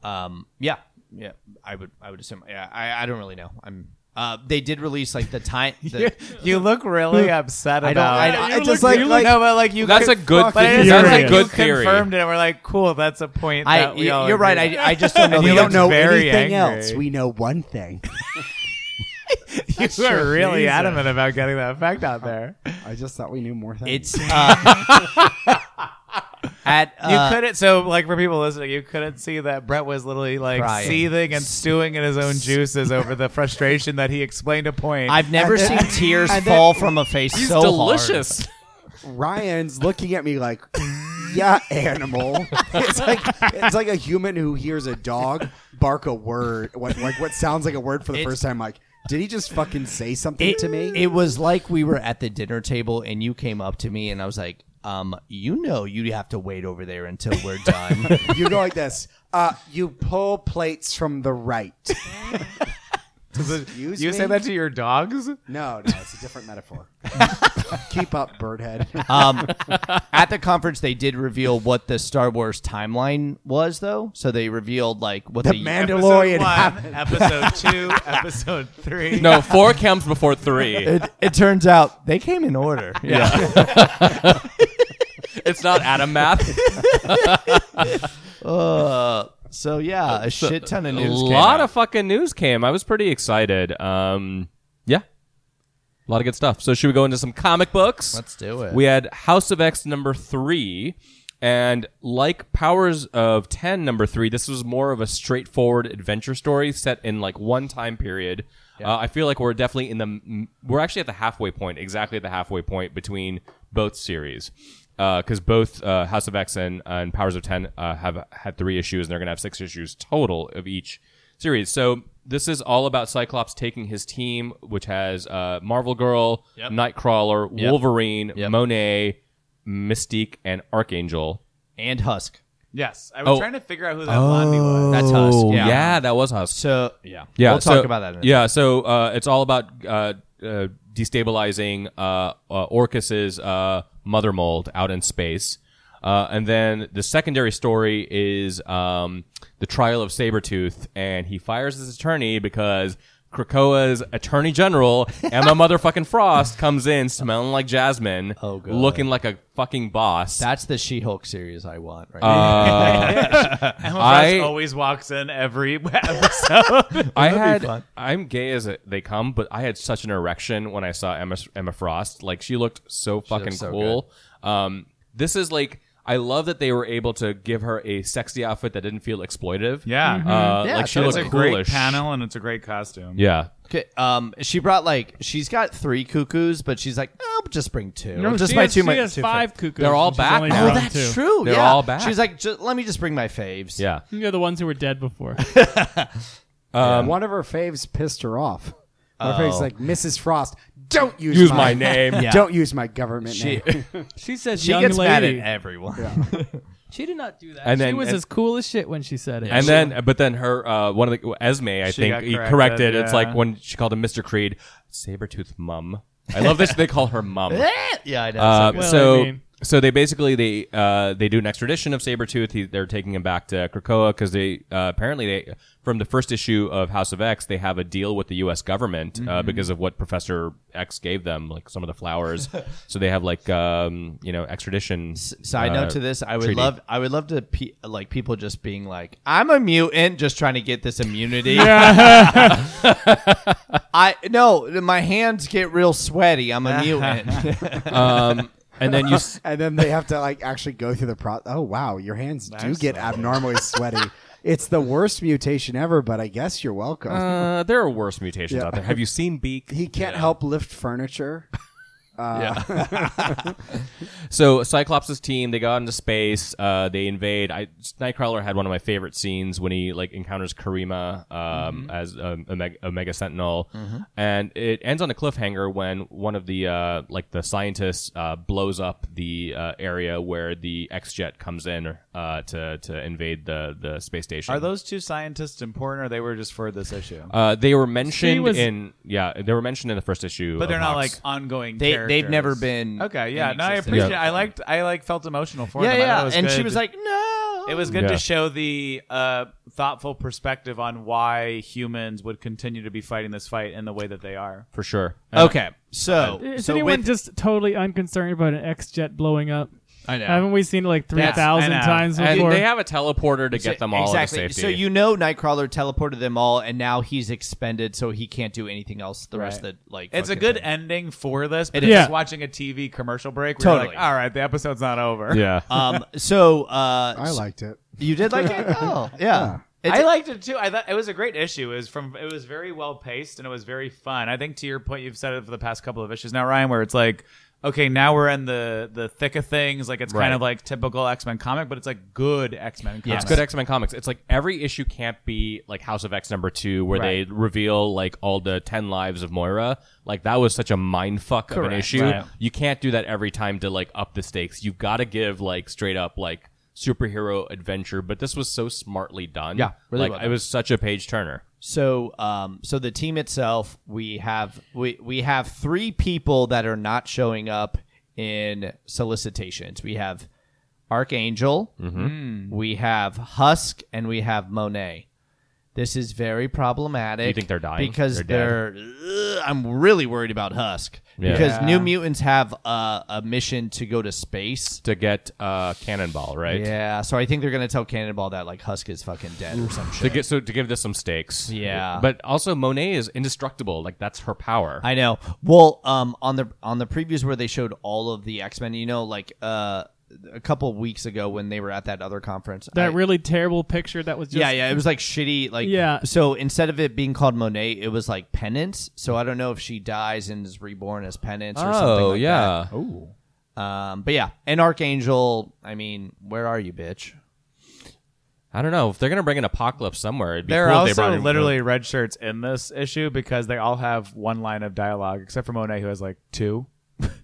S5: um, yeah, yeah, I would, I would assume. Yeah, I, I don't really know. I'm. Uh, they did release like the time. The,
S3: You look really upset
S5: I don't-
S3: about.
S5: I- I
S1: You just look- like- you look-
S3: no, but like you.
S4: That's
S3: could-
S4: a good
S3: But
S4: theory.
S3: it's
S2: That's
S3: like
S2: a
S4: good
S3: you
S4: theory.
S3: confirmed it. And we're like, cool. That's a point.
S5: I,
S3: that we all
S5: you're
S3: agree
S5: right.
S3: on.
S5: I, I just don't know.
S3: And
S5: the
S3: you
S1: we
S3: looked
S1: don't know
S3: very
S1: anything
S3: angry.
S1: else. We know one thing.
S3: you were really adamant about getting that fact out there.
S1: I just thought we knew more things.
S5: It's uh, at
S3: You
S5: uh,
S3: couldn't. So, like for people listening, you couldn't see that Brett was literally like
S5: Crying.
S3: seething and stewing in his own juices over the frustration that he explained a point.
S5: I've never seen tears
S1: and then-
S5: fall from a face so hard.
S4: delicious.
S1: Ryan's looking at me like, "Yeah, animal." It's like it's like a human who hears a dog bark a word, what like what sounds like a word for the first time. Like, did he just fucking say something to me?
S5: It was like we were at the dinner table and you came up to me and I was like, um, you know, you have to wait over there until we're done.
S1: you go like this. Uh, you pull plates from the right.
S3: You
S1: Excuse
S3: say
S1: me?
S3: that to your dogs?
S1: No, no, it's a different metaphor. Keep up, Birdhead.
S5: um, at the conference, they did reveal what the Star Wars timeline was, though. So they revealed like what
S1: The
S5: the,
S1: Mandalorian.
S3: Episode one, episode two, episode three.
S4: No, four comes before three.
S5: It, it turns out they came in order. Yeah.
S4: It's not Adam math.
S5: Uh, so yeah, a shit ton of
S4: A
S5: news. came
S4: lot
S5: out.
S4: of fucking news came. I was pretty excited. Um, yeah, a lot of good stuff. So should we go into some comic books?
S5: Let's do it.
S4: We had House of X number three, and like Powers of Ten number three, this was more of a straightforward adventure story set in like one time period. Uh, I feel like we're definitely in the m- we're actually at the halfway point, exactly at the halfway point between both series. Because both uh, House of X and, and Powers of Ten uh, have had three issues, and they're going to have six issues total of each series. So this is all about Cyclops taking his team, which has uh, Marvel Girl, Nightcrawler, Wolverine,
S5: Yep.
S4: Monet, Mystique, and Archangel.
S5: and Husk.
S3: Yes, I was
S4: Oh.
S3: trying to figure out who that Blondie was.
S5: That's Husk.
S4: Yeah,
S5: Yeah.
S4: that was us.
S5: So yeah,
S4: Yeah,
S5: we'll
S4: so-
S5: talk about that. In a
S4: yeah, so uh, it's all about uh, uh, destabilizing uh, uh, Orcus's uh, mother mold out in space. Uh, and then the secondary story is um, the trial of Sabretooth, and he fires his attorney because Krakoa's attorney general, Emma motherfucking Frost, comes in smelling like jasmine,
S5: Oh, God.
S4: looking like a fucking boss.
S5: That's the She-Hulk series I want. Right.
S3: Emma Frost
S4: I-
S3: always walks in every episode.
S4: I
S5: That'd be
S4: had
S5: fun.
S4: I'm gay as it- they come, but I had such an erection when I saw Emma Emma Frost. Like she looked so fucking
S5: so
S4: cool. Um, this is like I love that they were able to give her a sexy outfit that didn't feel exploitive.
S3: yeah,
S4: Uh,
S5: Yeah,
S4: like she
S5: so
S3: Mm-hmm. it's
S4: looked
S3: a
S4: coolish.
S3: great panel and it's a great costume.
S4: Yeah.
S5: Okay. Um, she brought like she's got three cuckooos, but she's like, I'll just bring two. just
S2: she
S5: my
S2: has,
S5: two.
S2: she
S5: my
S2: has
S5: two
S2: five
S5: faves."
S2: cuckoos.
S4: They're all
S2: and she's
S4: back
S2: only
S4: now.
S5: Oh,
S2: drawn
S5: that's
S2: two.
S5: true.
S4: They're
S5: yeah.
S4: all back.
S5: She's like, just, let me just bring my faves.
S4: Yeah.
S2: They're the ones who were dead before.
S1: One of her faves pissed her off. One of her faves like Mrs. Frost. Don't use,
S4: Use my name.
S5: Yeah.
S1: Don't use my government
S5: She-
S1: name.
S2: she says
S5: She
S2: young
S5: gets mad at
S2: lady.
S5: everyone.
S2: she did not do that.
S4: And
S2: she
S4: then-
S2: was
S4: and-
S2: as cool as shit when she said it.
S4: And then, but then her uh, one of the Esme, I
S3: She
S4: think,
S3: got
S4: he corrected.
S3: corrected,
S4: It's
S3: yeah.
S4: like when she called him Mr. Creed, Sabretooth Mum. I love this. they call her Mum.
S5: yeah, I know.
S4: Uh,
S2: Well,
S4: so
S2: I mean-
S4: so they basically they uh, they do an extradition of Sabretooth. He, they're taking him back to Krakoa because they uh, apparently they from the first issue of House of X they have a deal with the U.S. government
S2: Mm-hmm.
S4: uh, because of what Professor X gave them, like some of the flowers. so they have like um, you know extradition.
S5: Side
S4: uh,
S5: note to this, I would
S4: treaty.
S5: love, I would love to pe- like people just being like, "I'm a mutant," just trying to get this immunity. I no, my hands get real sweaty. I'm a mutant.
S4: Um, and then you s-
S1: and then they have to like actually go through the pro. Oh wow, your hands do get abnormally sweaty. It's the worst mutation ever, but I guess you're welcome.
S4: uh, there are worse mutations
S1: Yeah.
S4: out there. Have you seen Beak?
S1: he can't help lift furniture.
S4: So Cyclops' team, they go out into space. Uh, they invade. I, Nightcrawler had one of my favorite scenes when he like encounters Karima um,
S3: Mm-hmm.
S4: as um, Omega, Omega Sentinel, and it ends on a cliffhanger when one of the uh, like the scientists uh, blows up the uh, area where the X jet comes in uh, to to invade the the space station.
S3: Are those two scientists important, or they were just for this issue?
S4: Uh, they were mentioned
S2: was-
S4: in yeah, they were mentioned in the first issue.
S3: but they're
S4: of
S3: not like
S4: Hawks.
S3: ongoing.
S5: they
S3: characters.
S5: they've never been
S3: Okay, yeah.
S5: in
S3: No, I
S5: existence.
S3: appreciate.
S4: Yeah.
S3: I liked. I like felt emotional for
S5: Yeah,
S3: them. I thought it
S5: yeah,
S3: was
S5: and she
S3: good.
S5: was like, "No."
S3: It was good
S4: Yeah.
S3: to show the uh, thoughtful perspective on why humans would continue to be fighting this fight in the way that they are.
S4: for
S3: Oh,
S4: sure. And
S5: okay. So,
S2: Uh, Is
S5: so
S2: anyone
S5: with,
S2: just totally unconcerned about an X jet blowing up?
S5: I know.
S2: Haven't we seen it like three
S3: Yes, I
S2: thousand
S3: know.
S2: times
S4: And
S2: before?
S4: they have a teleporter to get them all
S5: exactly.
S4: into safety.
S5: So you know, Nightcrawler teleported them all, and now he's expended, so he can't do anything else. The rest of the like,
S3: It's a
S5: fucking
S3: good
S5: thing.
S3: ending for this, but
S5: It
S3: it's
S2: is.
S3: just watching a TV commercial break. Where
S5: Totally.
S3: You're like, All right, the episode's not over.
S4: yeah.
S5: Um, so uh,
S1: I liked it.
S5: you did like it. Oh, yeah. It's-
S3: I liked it too. I thought it was a great issue. It was from it was very well paced and it was very fun. I think to your point, you've said it for the past couple of issues now, Ryan, where it's like, okay, now we're in the the thick of things. Like it's
S4: Right.
S3: kind of like typical X Men comic, but it's like good X Men.
S4: Yeah, it's good X Men comics. It's like every issue can't be like House of X number two, where
S3: Right.
S4: they reveal like all the ten lives of Moira. Like that was such a mind fuck of an
S3: Correct.
S4: issue.
S3: Right.
S4: You can't do that every time to like up the stakes. You've got to give like straight up like superhero adventure. But this was so smartly done.
S5: Yeah, really
S4: like
S5: well
S4: it was such a page turner.
S5: So, um, so the team itself, we have we we have three people that are not showing up in solicitations. We have Archangel,
S4: Mm-hmm.
S5: we have Husk, and we have Monet. This is very problematic.
S4: You think they're dying?
S5: because
S4: They're
S5: they're.
S4: dead.
S5: Ugh, I'm really worried about Husk
S4: Yeah.
S5: because New Mutants have uh, a mission to go to space.
S4: To get uh, Cannonball right.
S5: Yeah, so I think they're gonna tell Cannonball that like Husk is fucking dead or some
S4: To
S5: shit.
S4: get so to give this some stakes.
S5: Yeah.
S4: But also Monet is indestructible. Like that's her power.
S5: I know. Well, um, on the on the previews where they showed all of the X Men, you know, like uh, a couple weeks ago when they were at that other conference,
S2: that
S5: I-
S2: really terrible picture that was just
S5: yeah, yeah, it was like shitty, like
S2: Yeah.
S5: So instead of it being called Monet, it was like Penance. So I don't know if she dies and is reborn as Penance or something.
S4: oh
S5: like
S4: yeah.
S5: that. Um, but yeah, and Archangel. I mean, where are you, bitch?
S4: I don't know if they're gonna bring an apocalypse somewhere. It'd be
S3: There are
S4: cool if
S3: also
S4: they brought in-
S3: literally red shirts in this issue because they all have one line of dialogue, except for Monet, who has like two.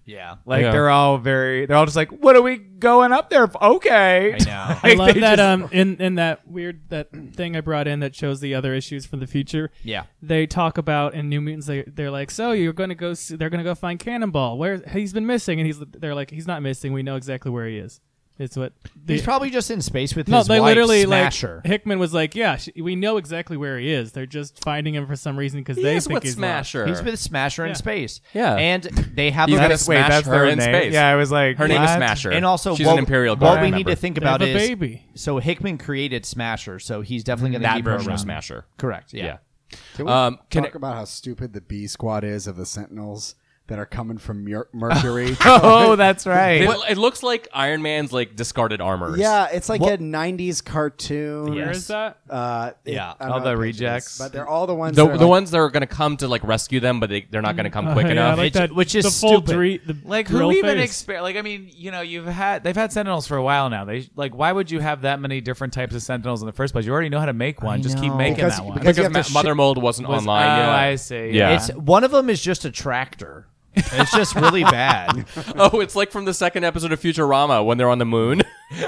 S5: Yeah,
S3: Like
S4: Yeah.
S3: they're all very, they're all just like, "What are we going up there? for? Okay."
S5: I know.
S2: I
S3: Like,
S2: love
S3: they
S2: that
S3: just-
S2: um in in that weird that thing I brought in that shows the other issues from the future.
S5: Yeah.
S2: They talk about in New Mutants they they're like, "So you're going to go s they're going to go find Cannonball. Where he's been missing." And he's they're like, "He's not missing. We know exactly where he is." It's what
S5: He's
S2: the-
S5: probably just in space with
S2: No,
S5: his
S2: they
S5: wife,
S2: literally
S5: Smasher.
S2: like Hickman was like, "Yeah, sh- we know exactly where he is. They're just finding him for some reason because they
S4: is
S2: think
S4: with
S2: he's
S4: Smasher.
S5: He's with Smasher in
S2: Yeah.
S5: space.
S4: Yeah.
S5: and they have
S4: He's
S5: a
S4: got
S5: kind
S4: a
S5: of
S3: Wait,
S4: Smash
S3: that's
S4: her
S3: their
S4: in
S3: name.
S4: space.
S3: Yeah, I was like,
S4: Her name is
S3: what?
S4: Smasher,
S5: And also,
S4: she's
S5: what,
S4: an Imperial
S5: what
S4: Guard
S5: we
S4: member.
S5: need to think
S2: They
S5: about
S2: have a
S5: is
S2: baby.
S5: So Hickman created Smasher, so he's definitely going to
S4: that
S5: keep her
S4: version
S5: around.
S4: of Smasher.
S5: Correct. Yeah.
S4: Yeah.
S1: Can we
S4: Um, can
S1: talk
S4: it-
S1: about how stupid the B Squad is of the Sentinels that are coming from Mer- Mercury?
S3: Oh, that's right.
S4: It, it looks like Iron Man's like discarded armor.
S1: yeah, it's like
S5: What-
S1: a '90s cartoon.
S2: Where is that?
S1: Uh, it-
S5: Yeah,
S1: I don't
S3: all
S1: know
S3: the
S1: what page it is,
S3: rejects.
S1: but they're all the ones.
S4: the,
S1: that are
S4: the
S1: like-
S4: ones that are gonna come to like rescue them, but they they're not gonna come quick
S2: Uh, yeah, I
S4: enough.
S2: like
S5: It's-
S2: that,
S5: which is
S2: the full
S5: stupid.
S2: dre- the
S3: Like
S2: grill
S3: who even
S2: face.
S3: exper- like I mean, you know, you've had they've had Sentinels for a while now. They like why would you have that many different types of Sentinels in the first place? You already know how to make one. Just keep
S5: know.
S3: making
S1: Because-
S3: that one.
S1: because-
S4: because
S1: you have
S4: Ma-
S1: to
S4: Mother
S1: ship-
S4: Mold wasn't
S3: Was-
S4: online.
S3: oh,
S4: yeah. uh,
S3: I see. Uh,
S4: Yeah.
S5: It's one of them is just a tractor. It's just really bad.
S4: oh, it's like from the second episode of Futurama when they're on the moon.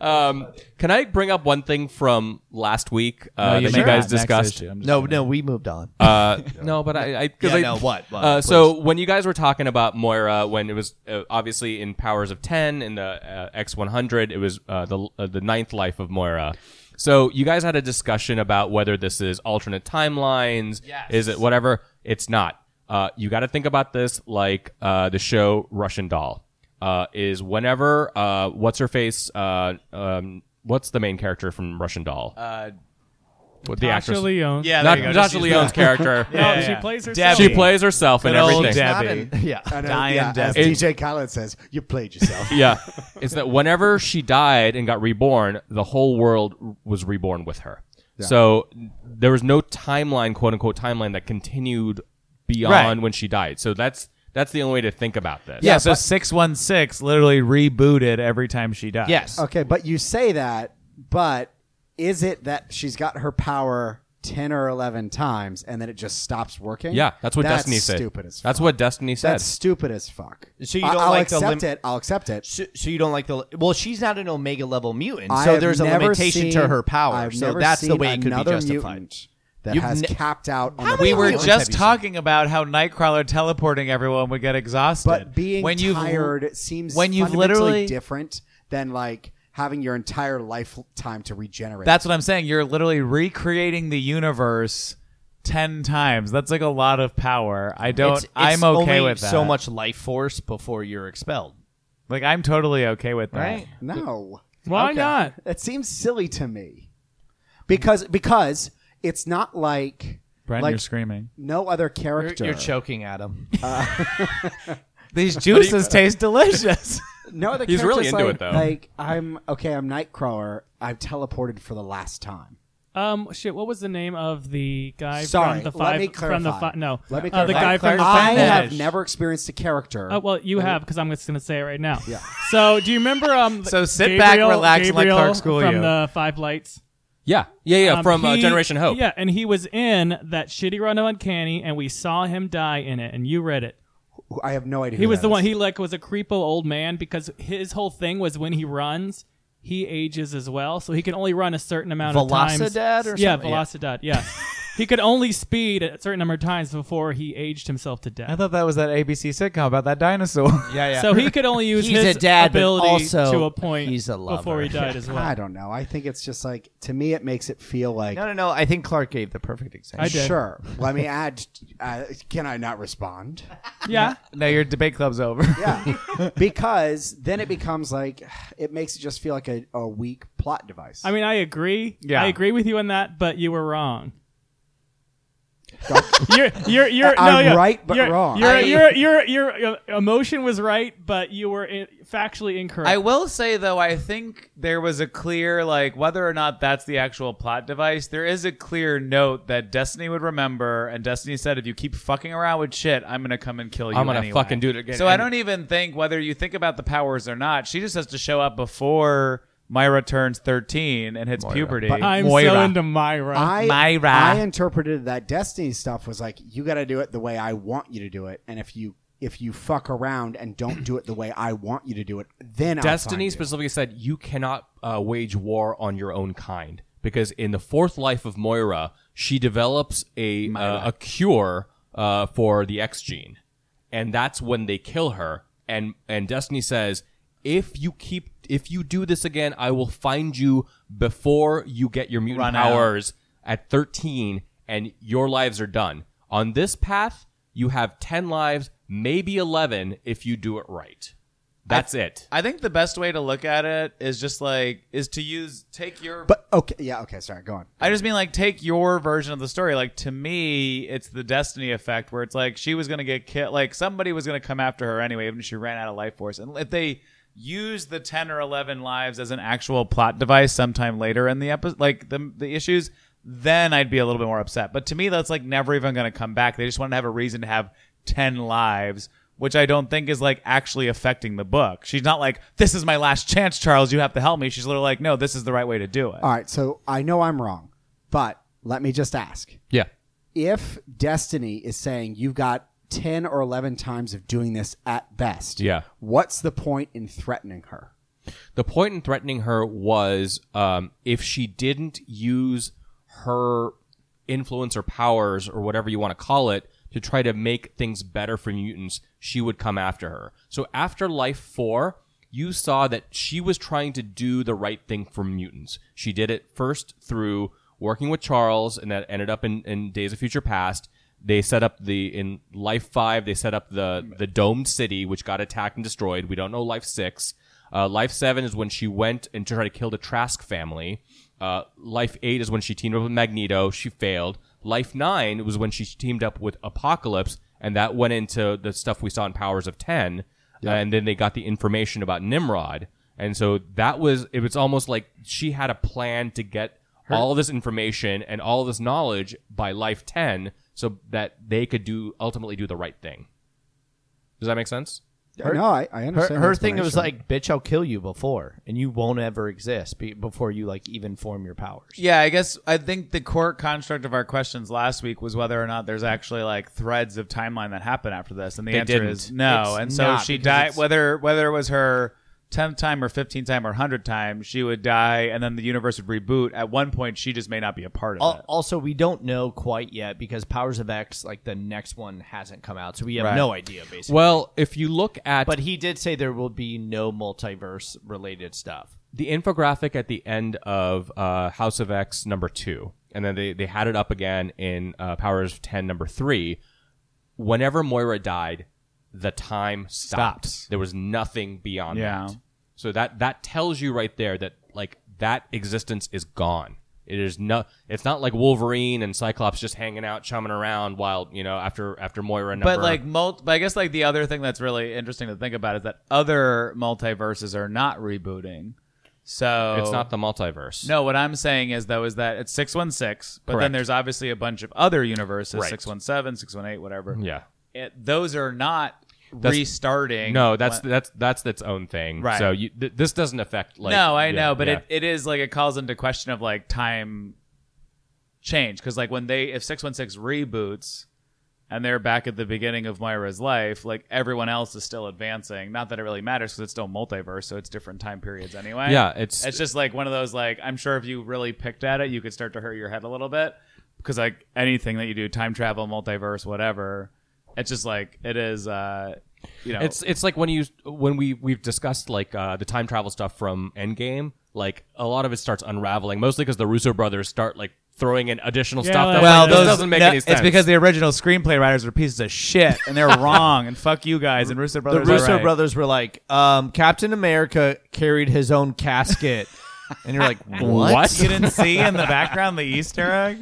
S4: um, can I bring up one thing from last week uh,
S3: No,
S4: that
S3: make
S4: you guys
S3: that next
S4: discussed?
S3: issue. I'm just
S5: No,
S3: kidding.
S5: no, we moved on.
S4: Uh, no, but I, I, 'cause
S5: Yeah,
S4: I
S5: no, what? What?
S4: uh, so when you guys were talking about Moira, when it was uh, obviously in Powers of Ten in the uh, X one hundred, it was uh, the uh, the ninth life of Moira. So you guys had a discussion about whether this is alternate timelines. Is it whatever? It's not. Uh, you got to think about this like uh, the show Russian Doll. Uh, is whenever uh, what's her face? Uh, um, what's the main character from Russian Doll? Uh, the
S2: Tasha
S4: actress.
S2: Leone.
S3: Yeah, there
S4: Not
S3: you go.
S4: Natasha
S3: Just use
S4: Leone's character.
S2: No,
S3: Yeah,
S2: Oh, she
S3: yeah.
S2: plays herself.
S3: Debbie.
S4: She plays herself and
S3: Good old
S4: everything.
S3: Debbie.
S5: yeah.
S1: I know,
S3: Dying
S1: uh, yeah, as
S3: Debbie.
S1: DJ Khaled says, "You played yourself."
S4: yeah. It's that whenever she died and got reborn, the whole world r- was reborn with her. So there was no timeline, quote unquote, timeline that continued beyond
S5: Right.
S4: when she died. So that's that's the only way to think about this.
S3: Yeah, so six one six literally rebooted every time she died.
S5: Yes.
S1: okay, but you say that, but is it that she's got her power ten or eleven times and then it just stops working?
S4: Yeah, that's what
S1: that's
S4: Destiny said.
S1: Stupid as fuck.
S4: That's what Destiny said.
S1: That's stupid as fuck.
S5: So you
S1: I-
S5: don't
S1: I'll
S5: like the
S1: accept
S5: lim-
S1: it. I'll accept it.
S5: So, so you don't like the well? She's not an Omega level mutant,
S1: I
S5: so
S1: have
S5: there's a
S1: never
S5: limitation
S1: seen-
S5: to her power.
S1: I've
S5: so
S1: never
S5: that's the
S1: seen
S5: way it could be
S1: another
S5: justified.
S1: mutant That
S5: You've
S1: has
S5: ne-
S1: capped out on
S5: How
S1: the
S5: many
S3: We were
S5: Mutants have
S3: just
S5: you seen?
S3: talking about how Nightcrawler teleporting everyone would get exhausted.
S1: but being
S3: when you've-
S1: tired seems
S3: when you've
S1: fundamentally
S3: literally-
S1: different than like having your entire lifetime to regenerate.
S3: That's what I'm saying. You're literally recreating the universe ten times. That's like a lot of power. I don't.
S5: It's- it's
S3: I'm okay
S5: only
S3: with that.
S5: so much life force before you're expelled.
S3: Like I'm totally okay with that.
S5: Right?
S1: No.
S2: Why
S5: Okay.
S2: not?
S1: That seems silly to me. Because because it's not like
S3: Brent,
S1: like
S3: you're screaming.
S1: no other character.
S5: choking at him.
S3: These juices taste delicious.
S1: no other
S4: He's really
S1: character's
S4: into
S1: like,
S4: it, though.
S1: Like I'm okay, I'm Nightcrawler. I've teleported for the last time.
S2: Um, shit. What was the name of the guy
S1: Sorry,
S2: from the
S1: let
S2: five?
S1: me
S2: from the
S1: clarify.
S2: fi- no,
S1: Let me
S2: uh, the
S1: clarify.
S2: guy from the
S1: I
S2: five.
S1: have
S3: Finish.
S1: never experienced a character.
S2: Uh, well, you have because I'm just gonna say it right now.
S1: Yeah.
S2: So, do you remember? Um,
S3: So sit
S2: Gabriel,
S3: back, relax, and let
S2: Gabriel
S3: Clark school
S2: from
S3: you.
S2: the Five Lights.
S4: Yeah, yeah, yeah.
S2: Um,
S4: from uh,
S2: he-
S4: Generation Hope.
S2: Yeah, and he was in that shitty run of Uncanny, and we saw him die in it, and you read it.
S1: Who- I have no idea.
S2: He
S1: who
S2: was
S1: that
S2: the
S1: is.
S2: one. He like was a creepo old man because his whole thing was when he runs, he ages as well, so he can only run a certain amount of
S5: Velocidad
S2: times.
S5: or
S2: yeah,
S5: something? Yeah.
S2: Velocidad. Yeah, he could only speed a certain number of times before he aged himself to death.
S3: I thought that was that ABC sitcom about that dinosaur.
S5: Yeah, yeah.
S2: So he could only use
S5: He's
S2: his
S5: a dad, but
S2: ability
S5: also
S2: to a point
S5: he's a lover.
S2: before he died as well.
S1: I don't know. I think it's just like to me, it makes it feel like
S5: no, no, no. I think Clark gave the perfect example.
S2: I did.
S1: sure. Let me add. Uh, can I not respond?
S2: Yeah,
S3: now your debate club's over.
S1: Yeah, because then it becomes like it makes it just feel like a, a weak plot device.
S2: I mean, I agree.
S3: Yeah.
S2: I agree with you on that, but you were wrong. you're you're you're no,
S1: I'm
S2: yeah.
S1: right, but
S2: You're-
S1: wrong.
S2: Your
S5: I-
S2: your your your uh, emotion was right, but you were in, factually incorrect.
S3: I will say though, I think there was a clear like whether or not that's the actual plot device. There is a clear note that Destiny would remember, and Destiny said, "If you keep fucking around with shit, I'm gonna come and kill you."
S4: I'm gonna
S3: anyway."
S4: fucking do it again.
S3: So I
S4: And-
S3: don't even think whether you think about the powers or not. She just has to show up before Myra turns 13 and hits puberty.
S2: I'm so
S3: Moira.
S2: into Myra.
S1: I
S3: Myra.
S1: I interpreted that Destiny stuff was like you got to do it the way I want you to do it, and if you if you fuck around and don't do it the way I want you to do it, then
S4: Destiny
S1: I'll find
S4: specifically said you cannot uh, wage war on your own kind because in the fourth life of Moira, she develops a uh, a cure uh, for the X gene, and that's when they kill her. and And Destiny says, "If you keep, if you do this again, I will find you before you get your mutant
S3: Run out.
S4: powers at thirteen, and your lives are done. On this path, you have ten lives, maybe eleven if you do it right. That's it."
S3: I think the best way to look at it is just like is to use take your
S1: But okay, yeah, okay, sorry, go on.
S3: I just mean like take your version of the story. Like to me, it's the destiny effect where it's like she was gonna get killed. Like somebody was gonna come after her anyway, even if she ran out of life force. And if they use the ten or eleven lives as an actual plot device sometime later in the episode, like the the issues, then I'd be a little bit more upset. But to me, that's like never even gonna come back. They just want to have a reason to have ten lives. Which I don't think is like actually affecting the book. She's not like, this is my last chance, Charles. You have to help me. She's literally like, no, this is the right way to do it.
S1: All right, so I know I'm wrong, but let me just ask:
S4: Yeah.
S1: if Destiny is saying you've got ten or eleven times of doing this at best,
S4: Yeah.
S1: what's the point in threatening her?
S4: The point in threatening her was um, if she didn't use her influence or powers or whatever you want to call it to try to make things better for mutants, she would come after her. So after Life 4, you saw that she was trying to do the right thing for mutants. She did it first through working with Charles, and that ended up in, in Days of Future Past. They set up the in Life Five. They set up the the domed city, which got attacked and destroyed. We don't know Life Six. Uh, life seven is when she went and tried to kill the Trask family. Uh, life eight is when she teamed up with Magneto. She failed. Life nine was when she teamed up with Apocalypse, and that went into the stuff we saw in Powers of Ten. And then they got the information about Nimrod, and so that was it. Was almost like she had a plan to get all this information and all this knowledge by Life Ten, so that they could do ultimately do the right thing. Does that make sense?
S1: no, I, I
S5: Her,
S1: understand. the
S5: her thing was
S1: explanation.
S5: like, "Bitch, I'll kill you before, and you won't ever exist be- before you like even form your powers."
S3: Yeah, I guess I think the core construct of our questions last week was whether or not there's actually like threads of timeline that happen after this, and the
S4: They
S3: answer
S4: didn't.
S3: is no.
S5: It's
S3: and so
S5: not,
S3: she
S5: because
S3: died.
S5: it's-
S3: Whether whether it was her tenth time or fifteenth time or hundredth time, she would die, and then the universe would reboot. At one point, she just may not be a part of
S5: Al-
S3: it.
S5: Also, we don't know quite yet because Powers of X, like the next one, hasn't come out, so we have
S3: Right.
S5: no idea basically.
S4: Well, if you look at
S5: but he did say there will be no multiverse related stuff.
S4: the infographic at the end of uh, House of X number two, and then they, they had it up again in uh, Powers of Ten number three. Whenever Moira died, the time stopped.
S3: Stops.
S4: There was nothing beyond
S3: Yeah.
S4: that. So that that tells you right there that like that existence is gone. It is no. It's not like Wolverine and Cyclops just hanging out, chumming around while you know after after Moira. And
S3: But
S4: Umber-
S3: like, mul- but I guess like the other thing that's really interesting to think about is that other multiverses are not rebooting. So
S4: it's not the multiverse.
S3: No, what I'm saying is though is that it's 616, but then
S4: Correct.
S3: there's obviously a bunch of other universes,
S4: Right.
S3: 617, 618, whatever.
S4: Yeah.
S3: It, those are not
S4: That's-
S3: restarting.
S4: No, that's
S3: when-
S4: that's that's its own thing.
S3: Right.
S4: So you, th- this doesn't affect like.
S3: No, I
S4: yeah,
S3: know, but
S4: yeah.
S3: it, it is like it calls into question of like time change cuz like when they if 616 reboots and they're back at the beginning of Moira's life, like everyone else is still advancing. Not that it really matters cuz it's still multiverse, so it's different time periods anyway.
S4: Yeah, it's-
S3: it's just like one of those like I'm sure if you really picked at it, you could start to hurt your head a little bit because like anything that you do, time travel, multiverse, whatever, it's just like it is uh you know,
S4: It's it's like when you when we we've discussed like uh, the time travel stuff from Endgame. Like a lot of it starts unraveling, mostly because the Russo brothers start like throwing in additional
S2: Yeah,
S4: stuff.
S2: like-
S4: that,
S2: Well,
S4: like, this
S2: those-
S4: doesn't make
S3: no,
S4: any sense.
S3: It's because the original screenplay writers are pieces of shit and they're wrong and fuck you guys and Russo
S5: The
S3: Brothers.
S5: Russo
S3: are right.
S5: brothers were like, um, Captain America carried his own casket. and you're like, what?
S4: What?
S3: You didn't see in the background the Easter egg.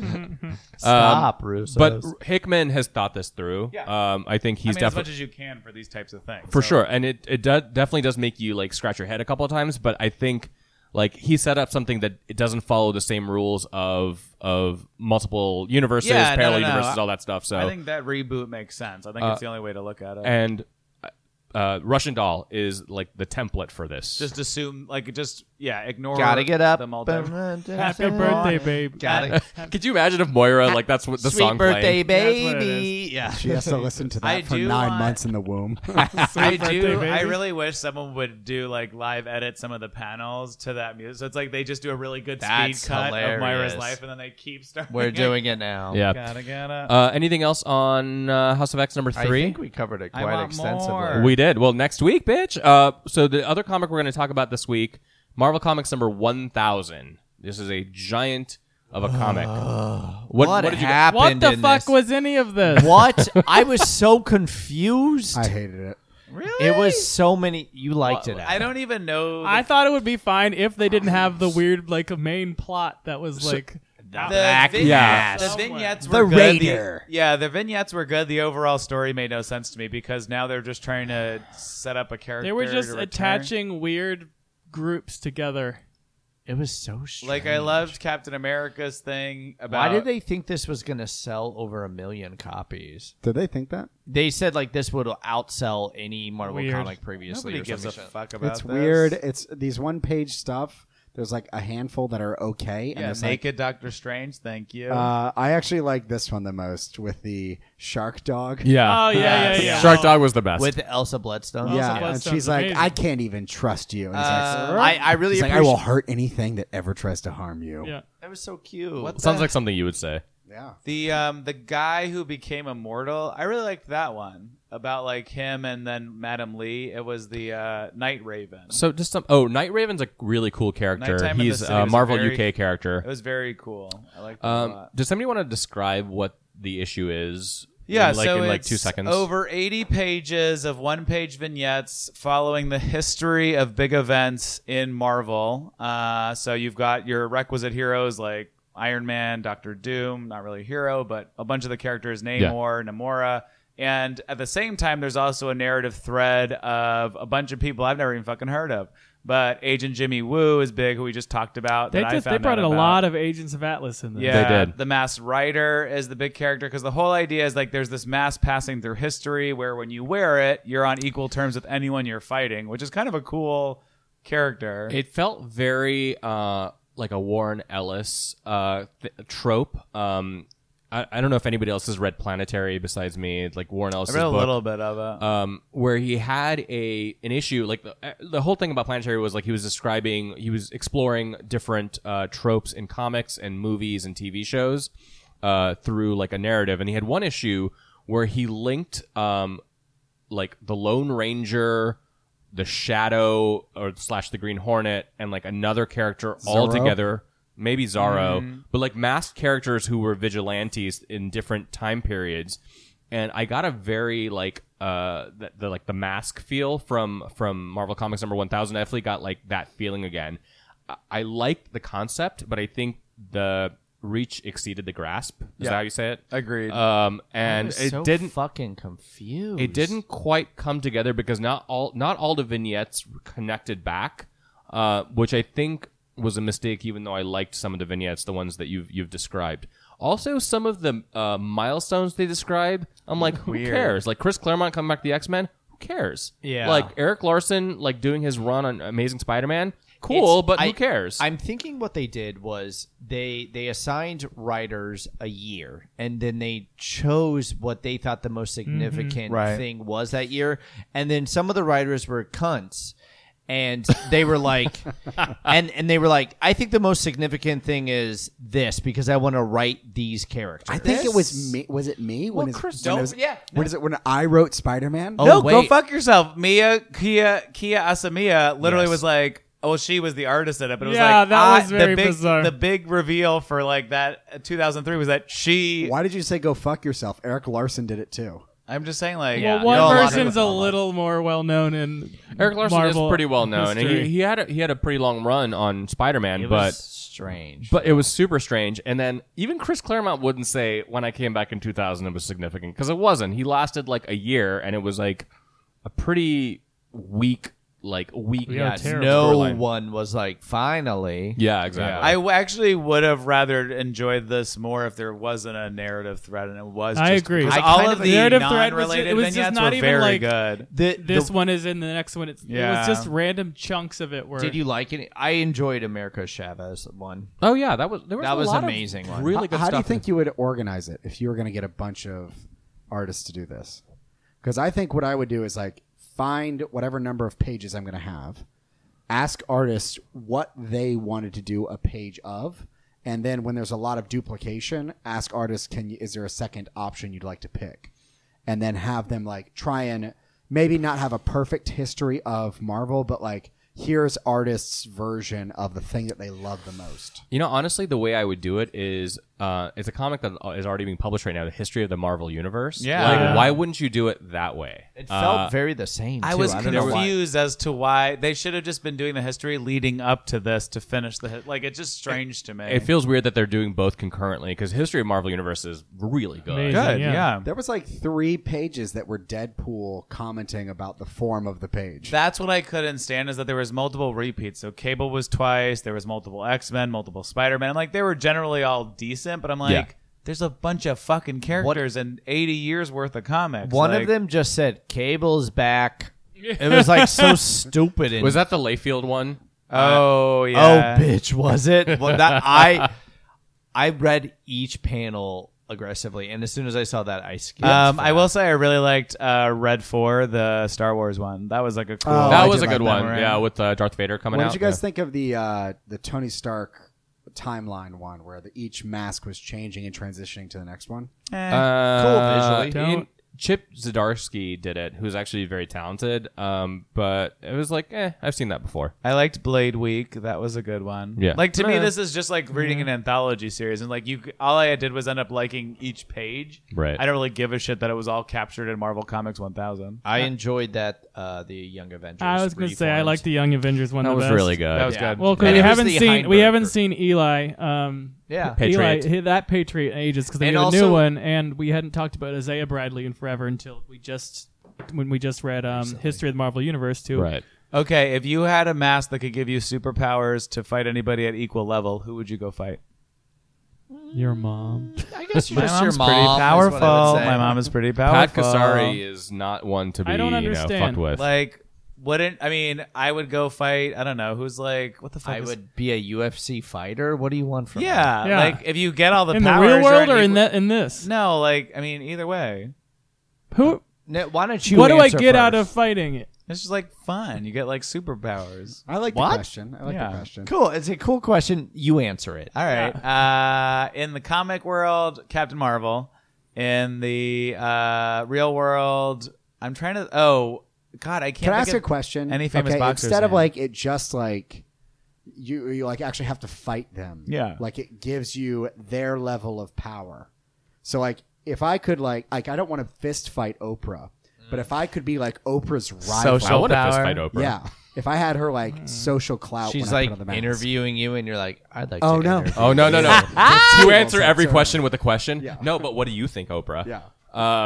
S5: Stop, Russo.
S4: but Hickman has thought this through.
S3: Yeah.
S4: Um, I think
S3: I
S4: he's
S3: mean, as
S4: definitely
S3: much as you can for these types of things.
S4: for
S3: So-
S4: sure and it, it do, definitely does make you like scratch your head a couple of times but i think like he set up something that it doesn't follow the same rules of of multiple universes
S3: Yeah, no,
S4: parallel
S3: no, no.
S4: universes all that stuff so
S3: I think that reboot makes sense. I think it's the only way to look at it.
S4: Uh, and uh, russian doll is like the template for this
S3: just assume, like, just yeah, ignore.
S5: gotta get up.
S3: The multiverse.
S2: Happy birthday, babe.
S5: Gotta,
S4: could you imagine if moira like that's what the
S5: sweet
S4: song
S5: birthday,
S4: playing?
S2: That's what it
S5: baby. Yeah.
S1: She has to listen to
S3: I
S1: that for
S3: do
S1: nine
S3: want-
S1: months in the womb.
S3: I
S2: birthday,
S3: do.
S2: baby.
S3: I really wish someone would do like live edit some of the panels to that music. So it's like they just do a really good
S5: That's
S3: speed cut of Moira's
S5: hilarious.
S3: life, and then they keep starting.
S5: We're
S3: it.
S5: doing it now.
S4: yeah
S3: Gotta get up.
S4: uh, anything else on uh, house of x number
S5: I
S4: three
S5: think we covered it
S3: I
S5: quite
S3: want
S5: extensively.
S3: more.
S4: We did. Well, next week, bitch. Uh, so the other comic we're going to talk about this week, Marvel Comics number one thousand. This is a giant of a comic.
S3: Uh,
S5: What,
S4: did you-
S5: happened?
S2: What the
S5: in
S2: fuck
S5: this?
S2: was any of this?
S5: What? I was so confused.
S1: I hated it.
S3: Really?
S5: it was so many. You liked it.
S3: I don't even know.
S2: I thought it would be fine if they didn't have the weird like main plot that was like
S3: the
S5: Black
S3: vignettes,
S4: Mass.
S3: The vignettes
S5: The
S3: were good.
S5: Raider.
S3: The, yeah, the vignettes were good. The overall story made no sense to me because now they're just trying to set up a character.
S2: they were just
S3: to return.
S2: attaching weird groups together.
S5: It was so strange.
S3: Like I loved Captain America's thing about.
S5: Why did they think this was going to sell over a million copies?
S1: Did they think that?
S5: They said like this would outsell any Marvel
S2: Weird.
S5: comic previously.
S3: Nobody
S5: or
S3: gives a
S5: something.
S3: fuck about
S1: It's
S3: this.
S1: weird. It's these one page stuff. There's like a handful that are okay. And
S3: Yeah,
S1: there's like,
S3: naked Doctor Strange. Thank you.
S1: uh, I actually like this one the most with the shark dog.
S4: Yeah.
S2: Oh yeah, yeah,
S3: Yes.
S2: yeah.
S4: Shark Dog was the best.
S5: With Elsa Bloodstone.
S2: Elsa
S1: Yeah, and
S2: Bloodstone's
S1: she's like,
S2: amazing.
S1: I can't even trust you. And he's
S5: Uh, I,
S1: like,
S5: I really
S1: he's like, I
S5: appreciate-
S1: will hurt anything that ever tries to harm you.
S2: Yeah.
S5: That was so cute.
S3: What
S4: Sounds like something you would say.
S1: Yeah.
S3: The um the guy who became immortal, I really liked that one about like him and then Madam Lee. It was the uh, Night Raven.
S4: So just some. Oh, Night Raven's a really cool character.
S3: Nighttime in the
S4: He's
S3: City
S4: a
S3: was
S4: Marvel
S3: very-
S4: UK character.
S3: It was very cool. I liked that a
S4: um,
S3: lot.
S4: does somebody want to describe what the issue is?
S3: Yeah,
S4: in, like
S3: so
S4: in like
S3: it's
S4: two seconds.
S3: Over 80 pages of one-page vignettes following the history of big events in Marvel. Uh, so you've got your requisite heroes like Iron Man, Doctor Doom, not really a hero, but a bunch of the characters, Namor, Namora. And at the same time, there's also a narrative thread of a bunch of people I've never even fucking heard of. But Agent Jimmy Woo is big, who we just talked about.
S2: They
S3: that
S2: just
S3: I
S2: they
S3: found
S2: brought
S3: out
S2: in a
S3: about.
S2: lot of agents of Atlas in this.
S3: Yeah,
S4: did.
S3: The mass writer is the big character because the whole idea is like there's this mass passing through history where when you wear it, you're on equal terms with anyone you're fighting, which is kind of a cool character.
S4: It felt very uh, like a Warren Ellis uh, th- trope. Um, I, I don't know if anybody else has read Planetary besides me, like Warren
S3: I
S4: Ellis'
S3: read a
S4: book,
S3: little bit of it.
S2: Uh,
S4: um, where he had a an issue. Like the, uh, the whole thing about Planetary was like he was describing, he was exploring different uh, tropes in comics and movies and TV shows uh, through like a narrative, and he had one issue where he linked um, like the Lone Ranger, the Shadow or slash the Green Hornet, and like another character all together. Maybe Zorro, but like masked characters who were vigilantes in different time periods. and I got a very like uh the, the like the mask feel from from Marvel Comics number one thousand. I definitely got like that feeling again. I, I liked the concept, but I think the reach exceeded the grasp. Is that how you say it?
S3: Agreed.
S4: Um, and it didn't
S5: fucking confused.
S4: it didn't quite come together because not all not all the vignettes connected back, uh, which I think was a mistake. Even though I liked some of the vignettes, the ones that you've you've described. Also, some of the uh, milestones they describe, I'm like, who cares? Like Chris Claremont coming back to the X Men, who cares?
S2: Yeah.
S4: Like Eric Larson, like doing his run on Amazing Spider Man, cool,
S5: It's-
S4: but
S5: I-
S4: who cares?
S5: I'm thinking what they did was they they assigned writers a year and then they chose what they thought the most significant
S3: Right.
S5: thing was that year and then some of the writers were cunts and they were like and and they were like I think the most significant thing is this because I want to write these characters.
S1: I think it was me. Was it me? When
S5: Well,
S1: is-
S5: Chris,
S1: when
S5: don't-
S1: it was,
S5: yeah.
S1: When is it? When I wrote Spider Man?
S5: Oh,
S3: no, go
S5: wait.
S3: fuck yourself. Mia Kia Kia Asamiya literally
S5: Yes.
S3: was like, oh, she was the artist in it, but it was
S2: Yeah,
S3: like,
S2: that
S3: I-
S2: was very
S3: the big,
S2: bizarre.
S3: The big reveal for like that uh, 2003 was that she.
S1: Why did you say go fuck yourself? Eric Larson did it too.
S3: I'm just saying, like,
S2: Well,
S5: no, a
S2: one
S5: lot of
S2: person's
S5: it
S2: a
S5: was online.
S2: little more well known in
S4: Eric Larson
S2: Marvel
S4: is pretty well known, and
S2: history.
S4: he, he had a, he had a pretty long run on Spider Man,
S5: It was
S4: but
S5: strange.
S4: But it was super strange. And then even Chris Claremont wouldn't say when I came back in 2000 it was significant because it wasn't. He lasted like a year and it was like a pretty weak, like weak.
S2: Yeah,
S4: it's
S2: terrible.
S5: no
S4: borderline.
S5: one was like finally
S4: Yeah, exactly.
S3: I w- actually would have rather enjoyed this more if there wasn't a narrative thread and it was.
S2: I
S3: just,
S2: agree.
S3: because
S2: I
S3: all
S2: kind
S3: of
S2: of-
S3: the
S2: narrative thread was ju-
S3: non-related
S2: it was just
S3: vignettes
S2: not
S3: were
S2: even,
S3: very
S2: like-
S3: good.
S5: the,
S2: This one is in the next one. It's,
S3: Yeah.
S2: It was just random chunks of it where
S5: Did you like it? I enjoyed America Chavez one.
S4: oh yeah, that was there was
S5: That
S4: a
S5: was
S4: lot of
S5: amazing one.
S4: Really
S1: H-
S4: good
S1: How do you
S4: stuff.
S1: think you would organize it if you were going to get a bunch of artists to do this? Because I think what I would do is like find whatever number of pages I'm going to have, ask artists what they wanted to do a page of, and then when there's a lot of duplication, ask artists, can you, is there a second option you'd like to pick? And then have them like try and maybe not have a perfect history of Marvel, but like here's artists' version of the thing that they love the most.
S4: You know, honestly, the way I would do it is uh, it's a comic that is already being published right now, the history of the Marvel universe.
S3: Yeah.
S4: Like, why wouldn't you do it that way? Uh,
S5: It felt Oh, very the same.
S3: I
S5: too.
S3: was
S5: don't know why.
S3: confused as to why they should have just been doing the history leading up to this to finish the hi- like. It's just strange to me.
S4: It feels weird that they're doing both concurrently because history of Marvel universe is really good.
S2: Amazing.
S3: good.
S2: Yeah.
S3: yeah.
S1: There was like three pages that were Deadpool commenting about the form of the page.
S3: That's what I couldn't stand is that there was multiple repeats. So Cable was twice. There was multiple X Men, multiple Spider Man. Like they were generally all decent, but I'm like,
S4: Yeah.
S3: there's a bunch of fucking characters and 80 years worth of comics.
S5: One
S3: Like,
S5: of them just said, "Cable's back." It was like so stupid. And,
S4: Was that the Layfield one?
S3: Oh
S5: Oh,
S3: yeah.
S5: bitch, was it? Well, that I I read each panel aggressively, and as soon as I saw that, I skipped.
S3: Um, I
S5: that.
S3: will say I really liked uh, Red Four, the Star Wars one. That was like a cool.
S1: Oh,
S4: that
S1: I
S4: was
S1: did
S4: a good
S1: like that
S4: one.
S3: one.
S4: Yeah, with uh, Darth Vader coming
S1: What
S4: out.
S1: did you guys think of the uh, the Tony Stark timeline one, where the, each mask was changing and transitioning to the next one?
S3: Eh.
S4: Uh,
S5: Cool visually.
S4: Ian-
S2: Don't-
S4: Chip Zdarsky did it, who's actually very talented. Um, but it was like, eh, I've seen that before.
S3: I liked Blade Week. That was a good one.
S4: Yeah.
S3: Like to me,
S4: Yeah.
S3: this is just like reading an anthology series, and like you, all I did was end up liking each page.
S4: Right.
S3: I don't really give a shit that it was all captured in Marvel Comics 1000.
S5: I enjoyed that uh, the Young Avengers.
S2: I was gonna say I
S5: reformed.
S2: like the Young Avengers one.
S4: That
S2: the
S4: was
S2: best.
S4: really good.
S3: That was
S5: Yeah.
S3: good.
S2: Well, because
S5: And
S2: we
S5: it was
S2: haven't
S5: the
S2: seen we
S5: Heinberg
S2: haven't
S5: group.
S2: seen Eli. Um,
S5: yeah.
S4: Patriot.
S2: Eli, he- that Patriot in ages because they
S5: And
S2: made a
S5: also-
S2: new one, and we hadn't talked about Isaiah Bradley in forever until we just when we just read um, History of the Marvel Universe too.
S4: Right.
S3: Okay, if you had a mask that could give you superpowers to fight anybody at equal level, who would you go fight?
S2: Your mom.
S5: I guess
S3: My
S5: just
S3: mom's
S5: your mom
S3: pretty
S5: is what I would
S3: powerful.
S5: say.
S3: My mom is pretty
S4: Pat
S3: powerful.
S4: Kasari is not one to be
S2: I don't
S4: you know,
S2: understand.
S4: fucked with.
S3: Like, wouldn't I mean? I would go fight. I don't know who's like what the fuck.
S5: I
S3: is-
S5: would be a UFC fighter. What do you want from me?
S3: Yeah,
S2: Yeah.
S3: Like if you get all the
S2: in the
S3: powers,
S2: real
S3: you're
S2: world
S3: an
S2: or in
S3: equal-
S2: that in this?
S3: No, like I mean, either way,
S2: Who?
S5: No, why don't you?
S2: What do I
S5: answer
S2: get out
S5: first?
S2: of fighting it?
S3: it's just like fun. You get like superpowers.
S1: I like
S5: What?
S1: the question. I like
S3: Yeah.
S1: the question.
S5: Cool. It's a cool question. You answer it.
S3: All right. Uh, in the comic world, Captain Marvel. In the uh, real world, I'm trying to. Oh God, I can't.
S1: Can I
S3: think
S1: ask
S3: of
S1: a question?
S3: Any famous
S1: okay,
S3: boxer's
S1: instead of
S3: name.
S1: like it just like you, you like actually have to fight them.
S3: Yeah.
S1: like it gives you their level of power. So like if I could like like I don't want to fist fight Oprah, but if I could be like Oprah's rival,
S3: Social
S4: I want to
S3: power.
S4: fist fight Oprah.
S1: yeah. If I had her like social clout,
S5: She's
S1: when I put
S5: like
S1: on the mask.
S5: interviewing you, and you're like, I'd like.
S1: Oh
S5: to
S1: no!
S5: interview
S4: Oh no no no! you answer every
S1: Sorry.
S4: question with a question.
S1: Yeah.
S4: No, but what do you think, Oprah?
S1: Yeah.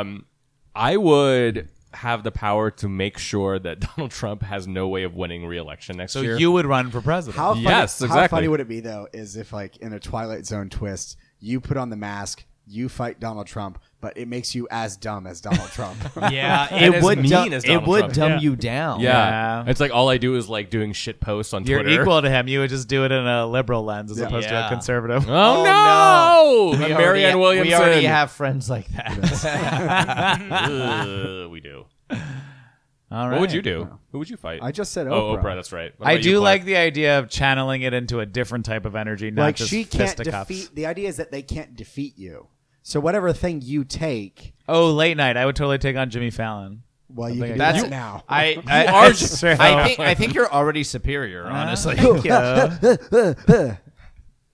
S4: Um, I would have the power to make sure that Donald Trump has no way of winning re-election next
S3: So
S4: year.
S3: you would run for president.
S1: How funny,
S4: Yes,
S1: How
S4: exactly.
S1: funny would it be though? Is if like in a Twilight Zone twist, you put on the mask, you fight Donald Trump, but it makes you as dumb as Donald Trump.
S5: Yeah,
S4: And
S5: it
S4: as
S5: would
S4: mean
S5: dumb,
S4: as
S5: it
S4: Donald
S5: would
S4: Trump.
S5: dumb
S2: Yeah.
S5: you down.
S4: yeah.
S3: Yeah.
S4: it's like all I do is like doing shit posts on
S3: You're
S4: Twitter.
S3: equal to him. You would just do it in a liberal lens as
S1: Yeah.
S3: opposed
S5: Yeah.
S3: to a conservative.
S4: Oh,
S5: Oh,
S4: no!
S5: We
S4: I'm
S5: already-
S4: Marianne Williamson.
S5: We already have friends like that.
S4: Ugh, we do.
S3: All
S4: What
S3: right.
S4: would you do? Who would you fight?
S1: I just said
S4: Oh,
S1: Oprah.
S4: Oprah. That's right. What
S3: I
S4: about
S3: do
S4: you, Clark?
S3: like the idea of channeling it into a different type of energy, not
S1: like
S3: just
S1: she can't
S3: fisticuffs.
S1: defeat. The idea is that they can't defeat you. So whatever thing you take,
S3: Oh, late night. I would totally take on Jimmy Fallon.
S1: well, you can do
S5: That's
S1: that now.
S5: I, I,
S3: are
S5: I-
S3: just-
S5: I think I think you're already superior. Honestly,
S3: Thank you.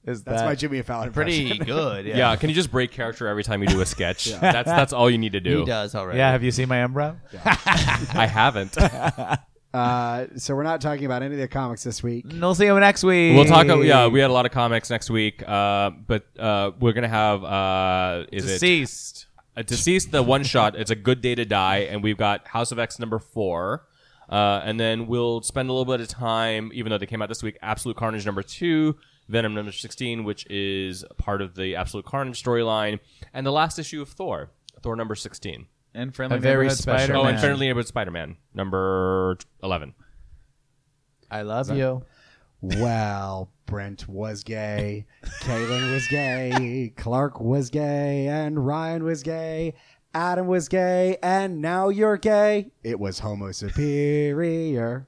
S3: Is
S1: That's
S3: that
S1: my Jimmy Fallon. impression.
S5: pretty good. Yeah.
S4: Yeah, can you just break character every time you do a sketch? That's that's all you need to do.
S5: he does already.
S3: Yeah, have you seen my Umbro?
S4: I haven't.
S1: Uh, so we're not talking about any of the comics this week.
S3: We'll see you next week.
S4: We'll talk. About, yeah, we had a lot of comics next week, uh, but uh, we're gonna have uh, is it
S3: Deceased.
S4: a deceased the one shot? It's a good day to die, and we've got House of X number four, uh, and then we'll spend a little bit of time, even though they came out this week. Absolute Carnage number two, Venom number sixteen, which is part of the Absolute Carnage storyline, and the last issue of Thor, Thor number sixteen.
S3: And friendly
S5: A very
S3: Neighborhood
S5: special-
S3: Spider-Man.
S4: Oh, and Friendly Neighborhood Spider-Man number eleven.
S5: I love you.
S1: Well, Brent was gay, Kaylin was gay, Clark was gay, and Ryan was gay, Adam was gay, and now you're gay. It was Homo Superior.